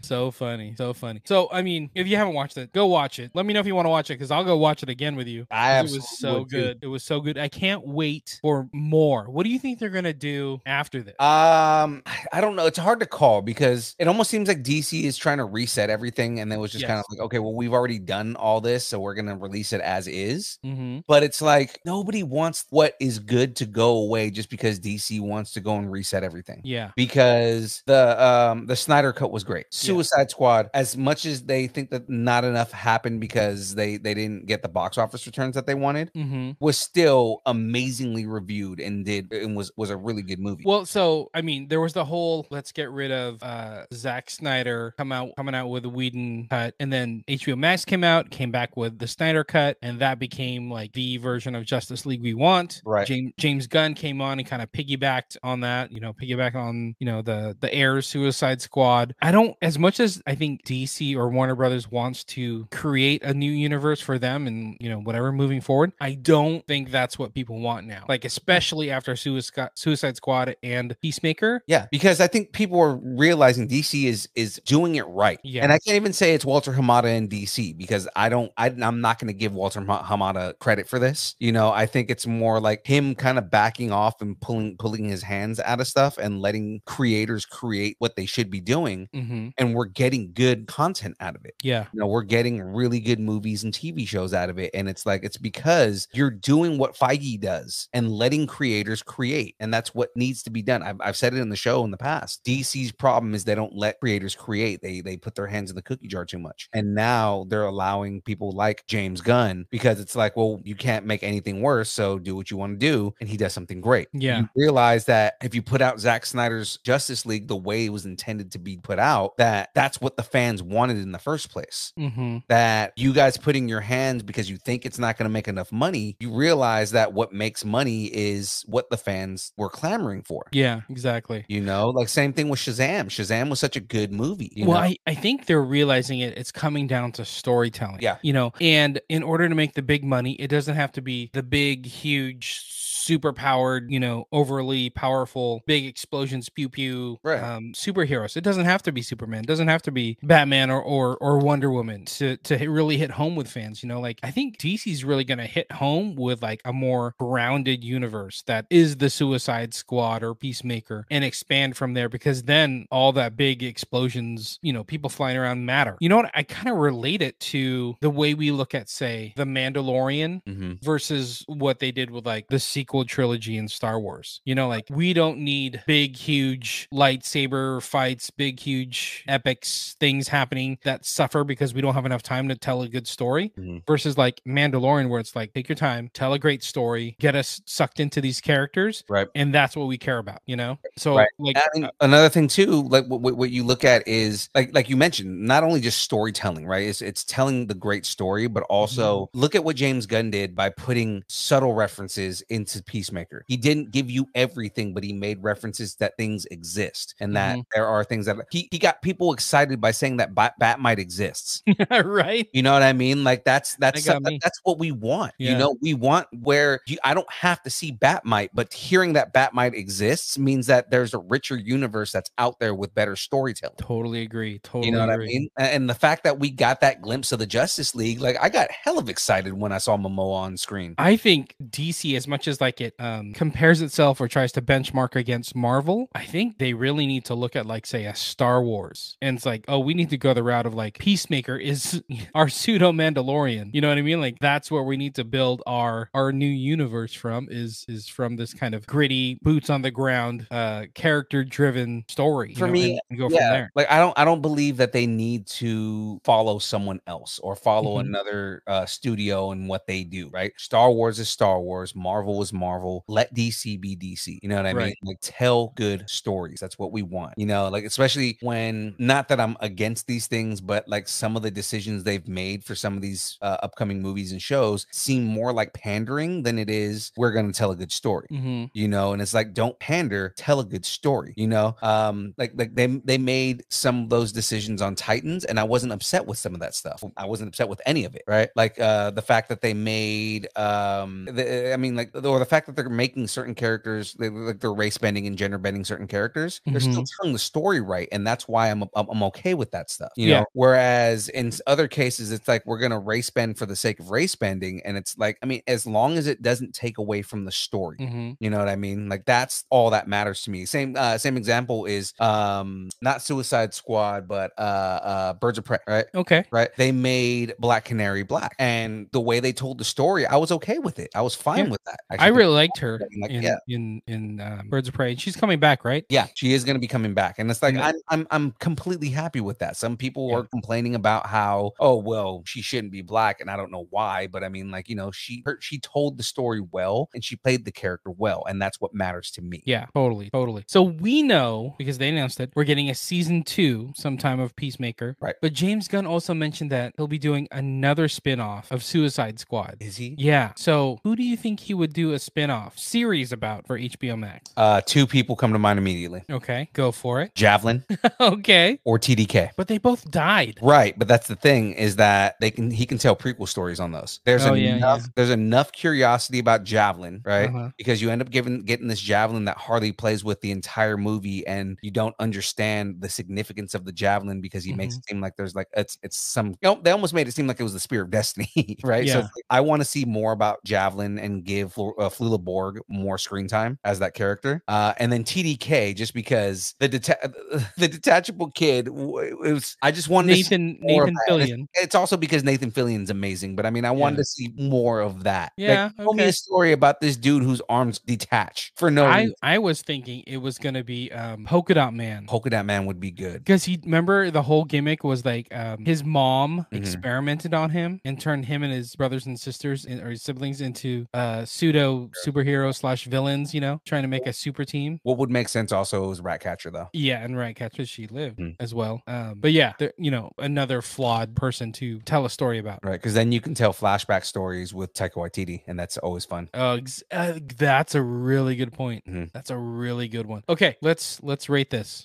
so funny, so funny. So, I mean, if you haven't watched it, go watch it. Let me know if you want to watch it because I'll go watch it again with you.
I
It was so
would, too.
good. It was so good. I can't wait for more. What do you think they're gonna do after this?
Um, I- I don't know. It's hard to call because it almost seems like DC is trying to reset everything, and it was just kind of
Yes.
like, okay, well, we've already done all this, so we're gonna release it as is.
mm-hmm.
but it's like nobody wants what is good to go away just because DC wants to go and reset everything.
Yeah.
Because the um the Snyder cut was great. Suicide Squad, as much as they think that not enough happened because they they didn't get the box office returns that they wanted,
Mm-hmm.
was still amazingly reviewed and did and was was a really good movie.
Well, so I mean, there was the whole let's get rid of uh Zack Snyder come out coming out with the Whedon cut, and then HBO Max came out, came back with the Snyder cut, and that became like the version of Justice League we want.
Right.
James James Gunn came on and kind of piggybacked on that, you know, piggyback on you know the the Air Suicide Squad. I don't as much as I think DC or Warner Brothers wants to create a new universe for them and you know whatever moving forward. I don't think that's what people want now. Like especially after Suicide Suicide Squad and Peacemaker.
Yeah, because I think people are realizing DC is is doing it right. and I
Yes.
can't even say it's Walter Hamada and DC because I don't. I, I'm not going to give Walter Ma- Hamada credit for this. You know, I think it's more like him kind of backing off and pulling pulling his hands out of stuff and letting creators create what they should be doing,
Mm-hmm.
and we're getting good content out of it
Yeah.
you know we're getting really good movies and tv shows out of it and it's like it's because you're doing what feige does and letting creators create and that's what needs to be done i've, I've said it in the show in the past dc's problem is they don't let creators create they they put their hands in the cookie jar too much and now they're allowing people like james gunn because it's like well you can't make anything worse so do what you want to do and he does something great
Yeah.
you realize that if you put out Zack Snyder's Justice League the way it was intended to be put out, that that's what the fans wanted in the first place.
Mm-hmm.
That you guys putting your hands because you think it's not going to make enough money, you realize that what makes money is what the fans were clamoring for.
Yeah. Exactly.
You know, like same thing with Shazam. Shazam was such a good movie. You
well,
know?
I, I think they're realizing it. It's coming down to storytelling.
Yeah.
You know, and in order to make the big money, it doesn't have to be the big, huge, super powered, you know, overly powerful, big explosions, pew pew
Right.
um, superheroes. It doesn't have to be Superman. It doesn't have to be Batman or, or, or Wonder Woman to, to hit- really hit home with fans. You know, like I think DC's really going to hit home with like a more grounded universe that is the Suicide Squad or Peacemaker and expand from there because then all that big explosions, you know, people flying around matter. You know what? I kind of relate it to the way we look at, say, The Mandalorian
Mhm.
versus what they did with like the sequel trilogy in Star Wars. You know, like we don't need big, huge lightsaber fights, big, huge epics, things happening that suffer because we don't have enough time to tell a good story
Mhm.
versus like Mandalorian, where it's like, take your time, tell a great story, get us sucked into these characters.
Right.
And that's what we care about, you know? So,
Right.
like, uh,
I mean, another thing too, like what, what what you look at is like like you mentioned, not only just storytelling, right? It's it's telling the great story, but also
Mm-hmm.
look at what James Gunn did by putting subtle references into Peacemaker. He didn't give you everything, but he made references that things exist and that
Mm-hmm.
there are things that he, he got people excited by saying that Bat, Batmite exists.
right?
You know what I mean? Like that's that's
got
some- that-
me.
that's what we want. You
Yeah.
know, we want where you, I don't have to see Batmite, but hearing that Batmite exists means that there's a richer universe that's out there with better storytelling.
Totally agree. Totally
You know what I
agree.
mean? A- And the fact that we got that glimpse of the Justice League, like I got hell of excited when I saw Momoa on screen.
I think DC, as much as like it um, compares itself or tries to benchmark against Marvel, I think they really need to look at like say a Star Wars, and it's like, oh, we need to go the route of like Peacemaker is our pseudo Mandalorian. You know what I mean? Like that's where we need to build our our new universe from is is from this kind of gritty, boots on the ground, uh, character driven story. you
For
know,
me,
and go
yeah,
from there.
Like I don't I don't believe that they need to follow someone else or follow
Mhm.
another uh, studio and what they do, right? Star Wars is Star Wars, Marvel is Marvel. Let DC be DC. You know what I mean?
Right.
Like tell good stories. That's what we want. You know, like especially when not that I'm against these things, but like some of the decisions they've made for some of these uh, upcoming movies and shows seem more like pandering than it is we're going to tell a good story
hmm
you know and it's like don't pander tell a good story you know um like like they they made some of those decisions on titans and i wasn't upset with some of that stuff i wasn't upset with any of it right like uh the fact that they made um the, i mean like or the fact that they're making certain characters they, like they're race bending and gender bending certain characters they're still telling the story right and that's why i'm i'm, I'm okay with that stuff you
Yeah.
know whereas in s- other cases it's like we're gonna race bend for the sake of race bending and it's like i mean as long as it doesn't take away from the story
hmm
you know what I mean? Like that's all that matters to me. Same uh same example is um not Suicide Squad, but uh uh Birds of Prey, right?
Okay.
Right. They made Black Canary black. And the way they told the story, I was okay with it. I was fine
Yeah.
with that.
I
actually.
really liked her
Like,
in
yeah.
in in uh, Birds of Prey. And She's coming back, right?
Yeah, she is going to be coming back, and it's like
Yeah.
I'm, I'm I'm completely happy with that. Some people
Yeah.
are complaining about how oh well she shouldn't be black, and I don't know why, but I mean like you know she her, she told the story well and she played the character well, and that's what matters to me.
Yeah, totally, totally. So we know because they announced it, we're getting a season two sometime of Peacemaker.
Right.
But James Gunn also mentioned that he'll be doing another spin-off of Suicide Squad.
Is he?
Yeah. So who do you think he would do a spin-off series about for HBO Max?
Uh, two people come to mind immediately:
Okay, go for it.
Javelin
okay.
or TDK.
But they both died.
Right, but that's the thing is that they can he can tell prequel stories on those. There's
Oh, yeah,
enough there's enough curiosity about Javelin, right?
Uh-huh.
Because you end up giving getting this Javelin that Harley plays with the entire movie, and you don't understand the significance of the Javelin because he
Mm-hmm.
makes it seem like there's like it's it's some you know, they almost made it seem like it was the Spear of Destiny, right? So
Yeah.
it's like, I want to see more about Javelin and give Flo- uh, Flula Borg more screen time as that character, uh, and then TDK just because the deta- the detachable kid w- it was I just wanted to see
Nathan
more of
Nathan
that. It's-
Fillion.
It's also because Nathan Fillion's amazing, but I mean, I wanted
Yeah.
to see more of that. Like,
Yeah,
tell me
okay.
a story about this dude whose arms detach for no
I,
reason.
I was thinking it was gonna be um polka dot man.
Polka Dot Man would be good.
Because he remember the whole gimmick was like um, his mom
Mhm.
experimented on him and turned him and his brothers and sisters in, or his siblings into uh, pseudo superhero slash villains. You know, trying to make a super team.
What would make sense also is Ratcatcher though.
Yeah, and right, catch she lived
Mm.
as well. Um, but yeah, they're- you know, another flawed person to tell a story about.
Right, because then you can tell flashback stories with Taika Waititi, and that's always fun.
Uh, ex- uh, that's a really good point.
Mhm.
That's a really good one. Okay, let's let's rate this.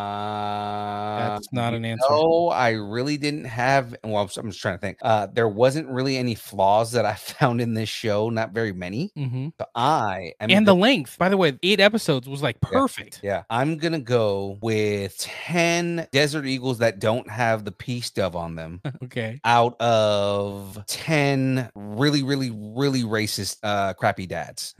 Uh,
That's not an answer.
No, I really didn't have. Well, I'm, s- I'm just trying to think. Uh, there wasn't really any flaws that I found in this show. Not very many.
hmm
But I am
and
go-
the length, by the way, eight episodes was like perfect.
Yeah, I'm gonna go with ten Desert Eagles that don't have the peace dove on them.
Okay.
Out of ten really, really, really racist, uh, crappy dads.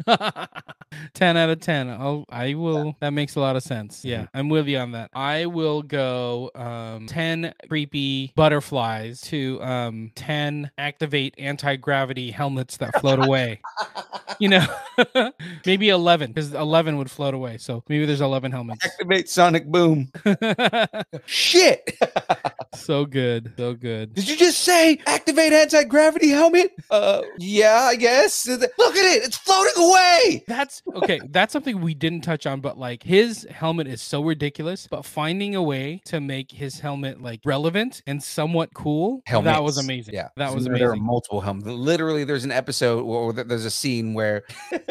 10 out of 10 I'll, i will that makes a lot of sense yeah
Mhm.
i'm with you on that i will go um 10 creepy butterflies to um 10 activate anti-gravity helmets that float away you know maybe 11 because 11 would float away so maybe there's 11 helmets
Activate Sonic Boom. Shit!
so good so good
Did you just say activate anti gravity helmet? Uh, yeah, I guess. Look at it; it's floating away.
that's okay that's something we didn't touch on but like his helmet is so ridiculous but finding a way to make his helmet like relevant and somewhat cool that was
Helmets.
amazing
Yeah,
that
So
was
there- There are
amazing
multiple helmets. Literally, there's an episode or th- there's a scene where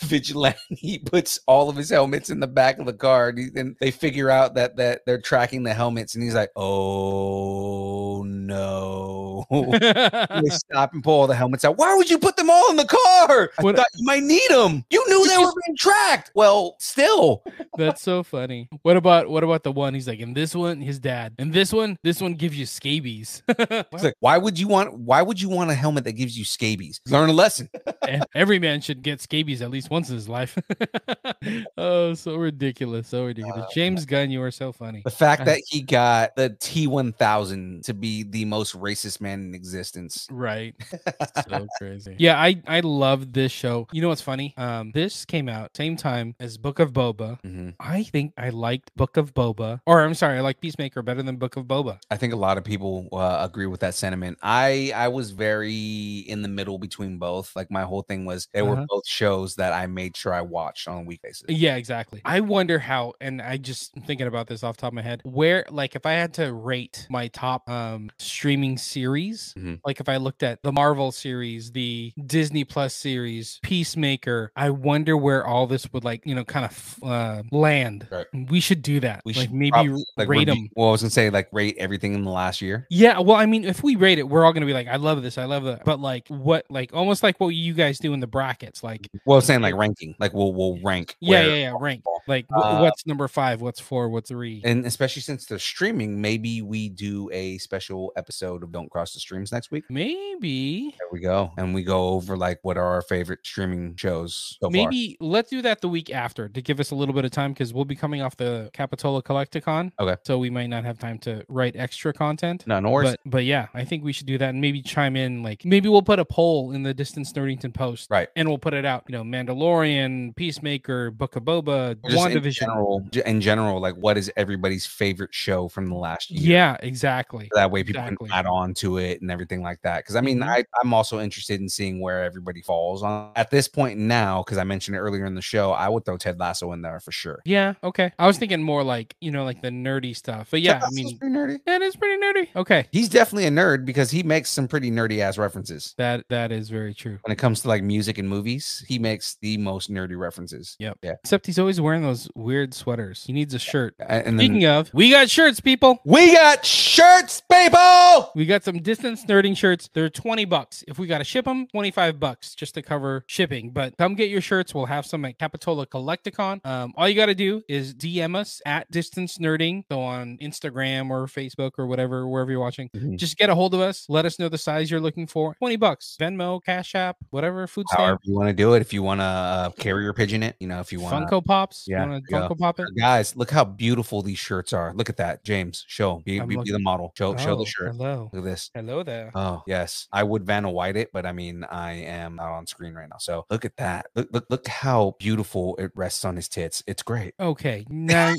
Vigilante puts all of his helmets in the back of the car, and, he, and they figure out that that they're tracking the helmets, and he's like, "Oh no." They stop and pull all the helmets out. Why would you put them all in the car? I
What-
thought you might need them. You knew they were being tracked. Well, still,
That's so funny. What about what about the one he's like, and this one, his dad, and this one, this one gives you scabies.
It's like, why would you want? Why would you want a helmet that gives you scabies? Learn a lesson.
E- Every man should get scabies at least once in his life. oh, so ridiculous. So
Uh,
ridiculous. James Gunn, you are so funny.
The fact
Uh,
that he got the T one thousand to be the most racist man in existence.
Right. So crazy. Yeah, I I love this show. You know what's funny? Um, this came out same time as Book of Boba.
Mhm.
I think I liked Book of Boba, or I'm sorry, I like Peacemaker better than Book of Boba.
I think a lot of people uh, agree with that sentiment. I I was very in the middle between both. Like my whole thing was they were
Uh-huh.
both shows that I made sure I watched on a weekly basis.
Yeah, exactly. I wonder how, and I just I'm thinking about this off the top of my head, where like if I had to rate my top um streaming series,
Mhm.
like if I looked at the Marvel series, the Disney Plus series, Peacemaker, I wonder where all this would like you know kind of uh, land.
Right.
We should do that.
We
like
should
maybe
probably,
like, rate
review-
them.
Well, I was gonna say like rate everything in the last year.
Yeah, well, I mean, if we rate it, we're all gonna be like, "I love this, I love that," but like, what, like, almost like what you guys do in the brackets, like,
Well, I was saying like ranking. Like we'll we'll rank.
yeah,
Mm-hmm. where-
yeah, yeah, rank, like, wh-
Uh,
what's number five, what's four, what's three,
and especially since they're streaming, maybe we do a special episode of Don't Cross across the streams next week?
Maybe.
There we go. And we go over like what are our favorite streaming shows so far.
Maybe let's do that the week after to give us a little bit of time because we'll be coming off the Capitola Collecticon.
Okay.
So we might not have time to write extra content.
No, no worries.
But, but yeah, I think we should do that and maybe chime in. Like maybe we'll put a poll in the Distance Nerdington post.
Right.
And we'll put it out. You know, Mandalorian, Peacemaker, Book of Boba,
Or just in
WandaVision.
general, j- in general, like what is everybody's favorite show from the last year?
yeah, exactly.
That way people
exactly.
can add on to it and everything like that. Cause I mean,
Mhm.
I, I'm also interested in seeing where everybody falls on at this point now, because I mentioned it earlier in the show, I would throw Ted Lasso in there for sure.
Yeah, okay. I was thinking more like, you know, like the nerdy stuff. But yeah,
Ted
I
Lasso's
mean,
pretty nerdy.
that is pretty nerdy. Okay.
He's definitely a nerd because he makes some pretty nerdy ass references.
That that is very true.
When it comes to like music and movies, he makes the most nerdy references.
Yep.
Yeah.
Except he's always wearing those weird sweaters. He needs a shirt.
A- And then
Speaking of, we got shirts, people.
we got shirts, people.
We got some distance nerding shirts. They're 20 bucks. If we got to ship them, 25 bucks just to cover shipping. But come get your shirts. We'll have some at Capitola Collecticon. Um, all you got to do is DM us at distance nerding. So on Instagram or Facebook or whatever, wherever you're watching,
Mhm.
just get a hold of us. Let us know the size you're looking for. 20 bucks. Venmo, Cash App, whatever, food
However
stamp,
you want to do it. If you want to uh, carrier pigeon it, you know, if you want
Funko Pops.
Yeah,
You want to
there you go.
Funko Pop it?
Guys, look how beautiful these shirts are. Look at that, James. Show be,
I'm
be, be the
looking.
model. Show show
Oh,
the shirt.
Hello.
Look at this.
Hello there.
Oh yes, I would Vanna White it, but I mean I am not on screen right now. So look at that. Look look look how beautiful it rests on his tits. It's great.
Okay. Now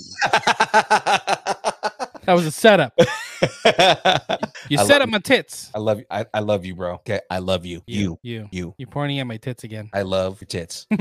that was a setup. You
I
set
love
up my tits.
I love you. I, I love you, bro. Okay, I love you. You,
You.
you.
You're pointing at my tits again.
I love your tits.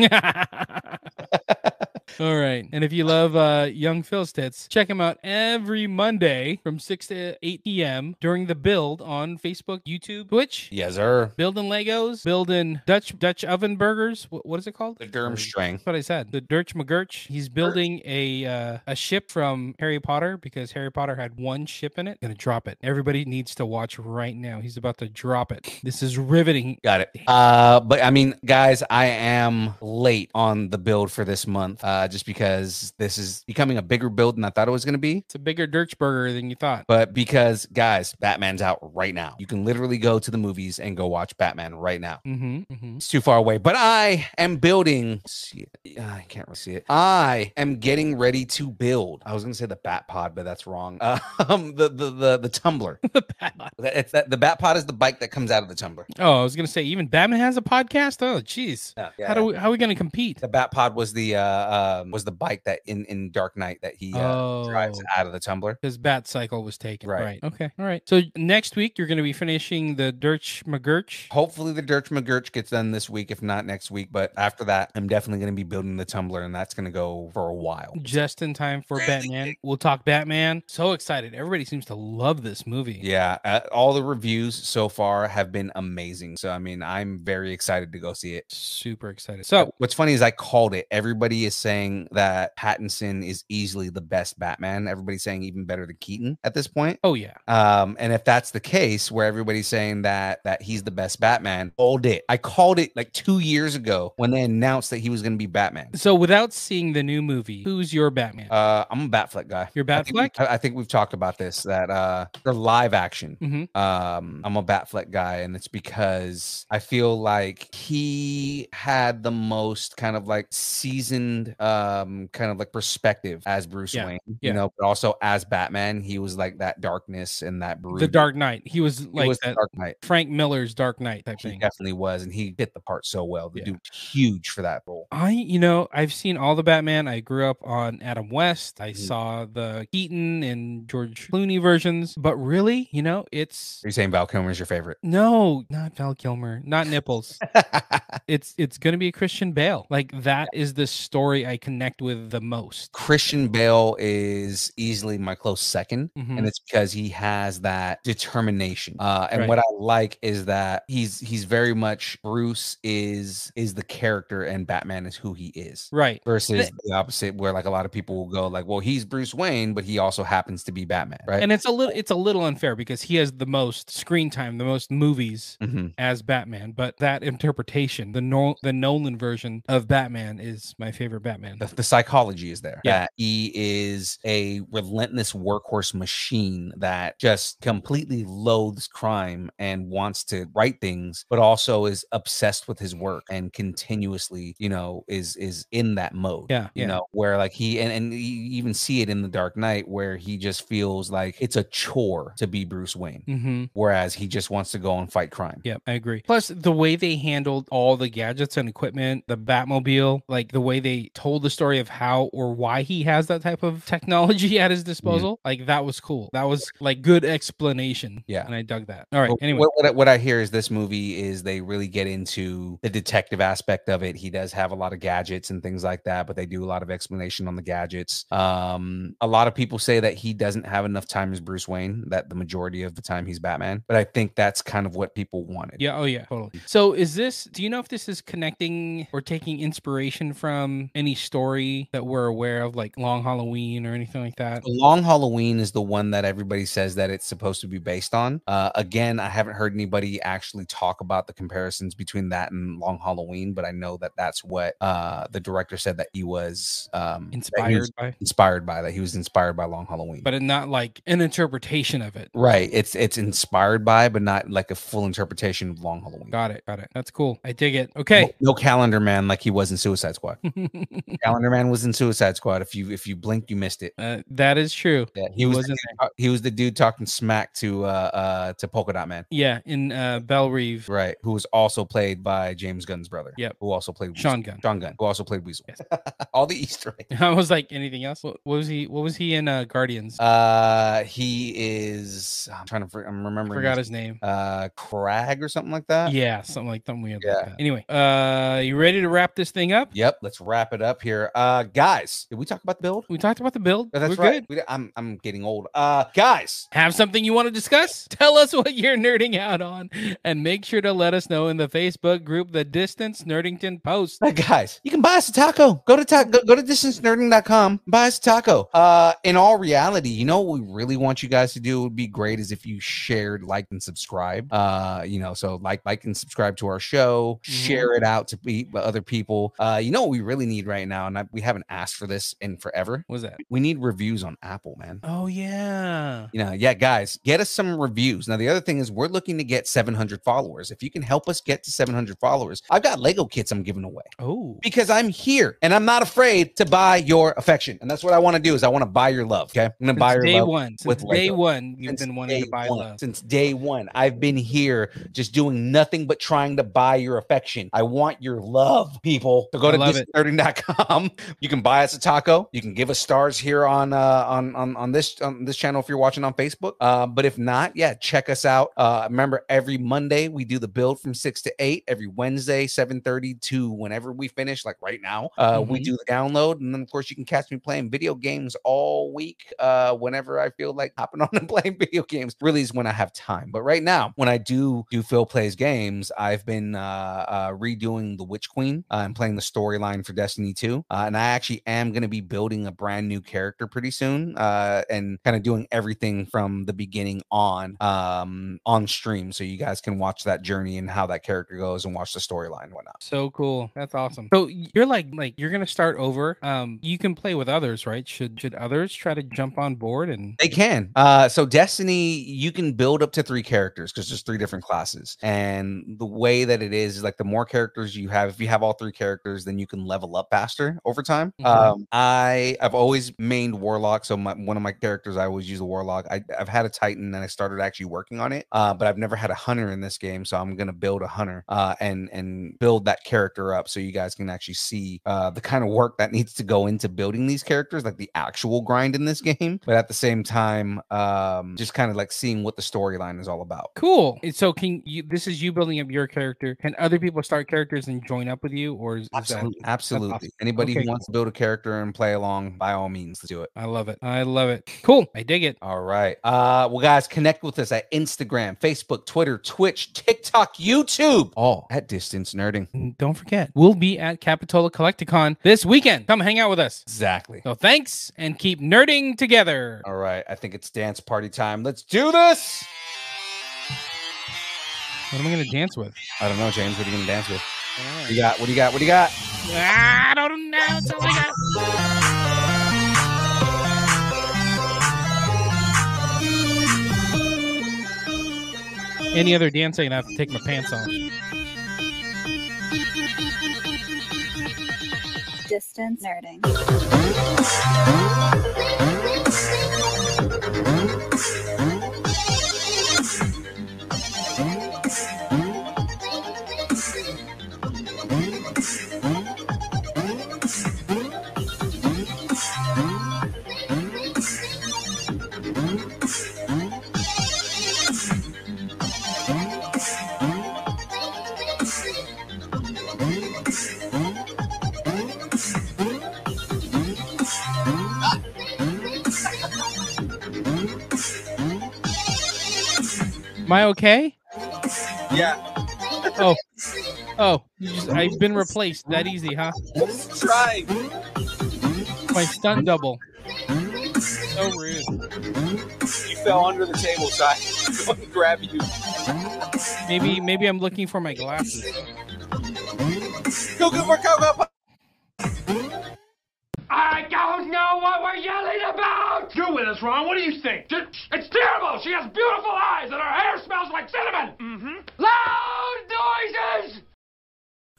All right. And if you love uh, Young Phil's tits, check him out every Monday from 6 to 8 p.m. during the build on Facebook, YouTube, Twitch.
yes, sir.
Building Legos, building Dutch Dutch oven burgers. What, what is it called?
The Durham string.
That's what I said. The Dirch McGurch. He's building a uh, a ship from Harry Potter because Harry Potter had one ship in it. Gonna drop it. Everybody needs to watch right now. He's about to drop it. This is riveting.
Got it. Uh, but I mean, guys, I am late on the build for this month, uh, just because this is becoming a bigger build than I thought it was going to be.
It's a bigger Dirch burger than you thought.
But because, guys, Batman's out right now. You can literally go to the movies and go watch Batman right now.
Mm-hmm, mm-hmm.
It's too far away, but I am building. See, it. Ah, I can't really see it. I am getting ready to build. I was gonna say the Bat Pod, but that's wrong. Uh, Um, the the the the tumbler. That- It's that the Bat Pod is the bike that comes out of the tumbler.
Oh, I was gonna say even Batman has a podcast. Oh, jeez.
Yeah,
How do we, how are we gonna compete?
the Bat Pod was the uh um, was the bike that in in Dark Knight that he uh, drives
Oh.
out of the tumbler.
His bat cycle was taken.
Right.
Right. Okay. All right. So next week you're going to be finishing the Dirch McGurch.
Hopefully the Dirch McGurch gets done this week, if not next week. But after that, I'm definitely going to be building the tumbler, and that's going to go for a while.
just in time for
Really
Batman.
big.
We'll talk Batman. So excited. Everybody seems to love this movie.
Yeah, uh, all the reviews so far have been amazing. So I mean, I'm very excited to go see it.
Super excited.
So
So
what's funny is I called it. Everybody is saying that Pattinson is easily the best Batman. Everybody's saying even better than Keaton at this point.
oh yeah.
Um, and if that's the case, where everybody's saying that that he's the best Batman, called it. I called it like two years ago when they announced that he was going to be Batman.
So without seeing the new movie, who's your Batman?
Uh, I'm a Batfleck guy.
You're
I think we-
Batfleck?
I, I think we've talked about this. That uh, they're live action.
Mhm.
Um, I'm a Batfleck guy, and it's because I feel like he had the most kind of like seasoned, um, kind of like perspective as Bruce
Yeah.
Wayne. You
Yeah.
know, but also as Batman, he was like that darkness and that brood.
the Dark Knight. He was
He
like
was the
that
Dark Knight.
Frank Miller's Dark Knight type
He
thing.
definitely was, and he fit the part so well. The
Yeah.
dude was huge for that role.
I, you know, I've seen all the Batman. I grew up on Adam West. I
Mhm.
saw the Keaton and George Clooney versions, but really, you know, it's
Are you saying Val Kilmer is your favorite?
no, not Val Kilmer, not nipples. it's it's gonna be a Christian Bale. Like that is the story I connect with the most.
Christian Bale is easily my close 2nd
Mhm.
and it's because he has that determination. Uh, and
Right.
what I like is that he's he's very much Bruce is is the character and Batman is who he is.
Right.
Versus the opposite, where like a lot of people will go like, "Well, he's Bruce Wayne, but he also happens to be Batman, right?"
And it's a little it's a little unfair because he has the most screen time, the most movies
Mhm.
as Batman, but that interpretation, the Nol- the Nolan version of Batman is my favorite man.
The, the psychology is there.
Yeah.
that he is a relentless workhorse machine that just completely loathes crime and wants to write things, but also is obsessed with his work and continuously, you know, is is in that mode.
Yeah,
You
yeah.
know, where like he and, and you even see it in the Dark Knight where he just feels like it's a chore to be Bruce Wayne.
Mhm.
Whereas he just wants to go and fight crime.
Yep, I agree. Plus, the way they handled all the gadgets and equipment, the Batmobile, like the way they told the story of how or why he has that type of technology at his disposal, like that was cool. That was like good explanation.
Yeah.
and I dug that. All right.
But
anyway,
what, what, I- what I hear is this movie is they really get into the detective aspect of it. He does have a lot of gadgets and things like that, but they do a lot of explanation on the gadgets. Um, a lot of people say that he doesn't have enough time as Bruce Wayne, that the majority of the time he's Batman, but I think that's kind of what people wanted.
yeah. Oh, yeah. Totally.
Mm.
So, is this? Do you know if this is connecting or taking inspiration from any story that we're aware of, like Long Halloween or anything like that?
The Long Halloween is the one that everybody says that it's supposed to be based on. Uh, again, I haven't heard anybody actually talk about the comparisons between that and Long Halloween, but I know that that's what uh, the director said that he was um, that he was
Inspired by,
inspired by that he was inspired by Long Halloween.
but not like an interpretation of it.
right, it's it's inspired by, but not like a full interpretation of Long Halloween.
Got it. Got it. That's cool. I dig it.
No,
Okay.
no calendar man like he was in Suicide Squad. calendar man was in Suicide Squad. If you if you blinked, you missed it.
Uh, that is true.
Yeah, he,
He
was
was in
the, dude- he was the dude talking smack to uh uh to Polka Dot Man,
Yeah, in uh, Bell Reeve.
right? Who was also played by James Gunn's brother.
Yep.
Who also played
Sean
Weasel.
Gunn.
Sean Gunn. Who also played Weasel. All the Easter eggs.
I was like, anything else? What, what was he? What was he in uh, Guardians?
Uh, he is. I'm trying to. fr- I'm remembering.
Forgot his name.
Uh, Crag or something like that.
yeah, something like something weird.
Uh, yeah.
Like that. Anyway, uh, you ready to wrap this thing up?
Yep. Let's wrap it up here. Uh, guys, did we talk about the build?
We talked about the build.
Oh, that's
We're
right.
good.
We, di- I'm I'm getting old. Uh, guys,
Have something you want to discuss? Tell us what you're nerding out on, and make sure to let us know in the Facebook group, The Distance Nerdington Post.
Hey, guys, you can buy us a taco. Go to ta- go, go to distancenerding.com, buy us a taco. Uh, in all reality, you know what we really want you guys to do would be great is if you shared, liked, and subscribed. Uh, you know, so like, like, and subscribe to our show, share it out to pe- other people. Uh, you know what we really need right now, and I, we haven't asked for this in forever.
What was that?
We need reviews on Apple, man.
Oh yeah.
You know, yeah, guys, get us some reviews. Now, the other thing is, we're looking to get 700 followers. If you can help us get to 700 followers, I've got Lego kits I'm giving away
Oh.
because I'm here and I'm not afraid to buy your affection. And that's what I want to do is I want to buy your love. Okay. I'm gonna buy
Since
your
day
love.
one. Since
with
day
Lego.
one, you've
Since
been wanting
day
to buy
one-
love.
Since day one, I've been here just doing nothing but trying to buy your affection. I want your love, people. So go
I
to
love it.
disnerding.com. You can buy us a taco. You can give us stars here on uh on on, on this on this channel if you're watching on Facebook. Uh, but if not, yeah, check us out. Uh, remember every Monday we do the build from six to eight. Every Wednesday, seven thirty to whenever we finish, like right now, uh, we do the download, and then of course you can catch me playing video games all week. Uh, whenever I feel like hopping on and playing video games, really is when I have time. But right now, when I do do Phil plays games, I've been uh, uh, redoing the Witch Queen. uh, and playing the storyline for Destiny Two, uh, and I actually am going to be building a brand new character pretty soon, uh, and kind of doing everything from the beginning on um, on stream, so you guys can watch that journey and how that character goes and watch the storyline and whatnot.
So cool. That's awesome. So y- you're like like you're gonna start over. Um, you can play with others, right? Should should others try to jump on board and
They can. Uh, so Destiny, you can build up to three characters because there's three different classes. And the way that it is, is like the more characters you have, if you have all three characters, then you can level up faster over time.
Mhm.
Um, I I've always mained warlock, so my, one of my characters I always use a warlock. I, I've had a titan and I started actually working on it, uh, but I've never had a hunter in this game, so I'm gonna build a hunter uh, and and build that character up so you guys can actually see uh, the kind of work that needs to go into building these characters, like the actual grind in this game. But at the same time, um, just kind of like seeing what the storyline is all about.
cool. And so can you this is you building up your character. Can other people start characters and join up with you? Or is, is
Absolutely,
that
absolutely.
awesome.
Anybody
Okay,
who wants to build a character and play along, by all means, let's do it.
I love it. I love it. Cool. I dig it.
All right. Uh, well, guys, connect with us at Instagram, Facebook, Twitter, Twitch, TikTok, YouTube, all at Distance Nerding.
And don't forget, we'll be at Capitola Collecticon this weekend. Come hang out with us.
Exactly.
So thanks and keep nerding together.
All right. I think it's dance party time. Let's do this.
What am I gonna dance with?
I don't know, James. What are you going to dance with?
What do you got? What do you got? What do you got?
I don't know. That's all I got. Any other dancing, I have to take my pants off.
Distance nerding.
Am I okay?
Yeah.
Oh, oh, you just, I've been replaced that easy, huh?
Try.
My stunt double. So rude.
You fell under the table, so I couldn't grab you.
Maybe, maybe I'm looking for my glasses.
Go, go, go, go, go.
I don't know what we're yelling about! You're with us, Ron. What do you think? She- It's terrible! She has beautiful eyes and her hair smells like cinnamon! Mm-hmm. Loud noises!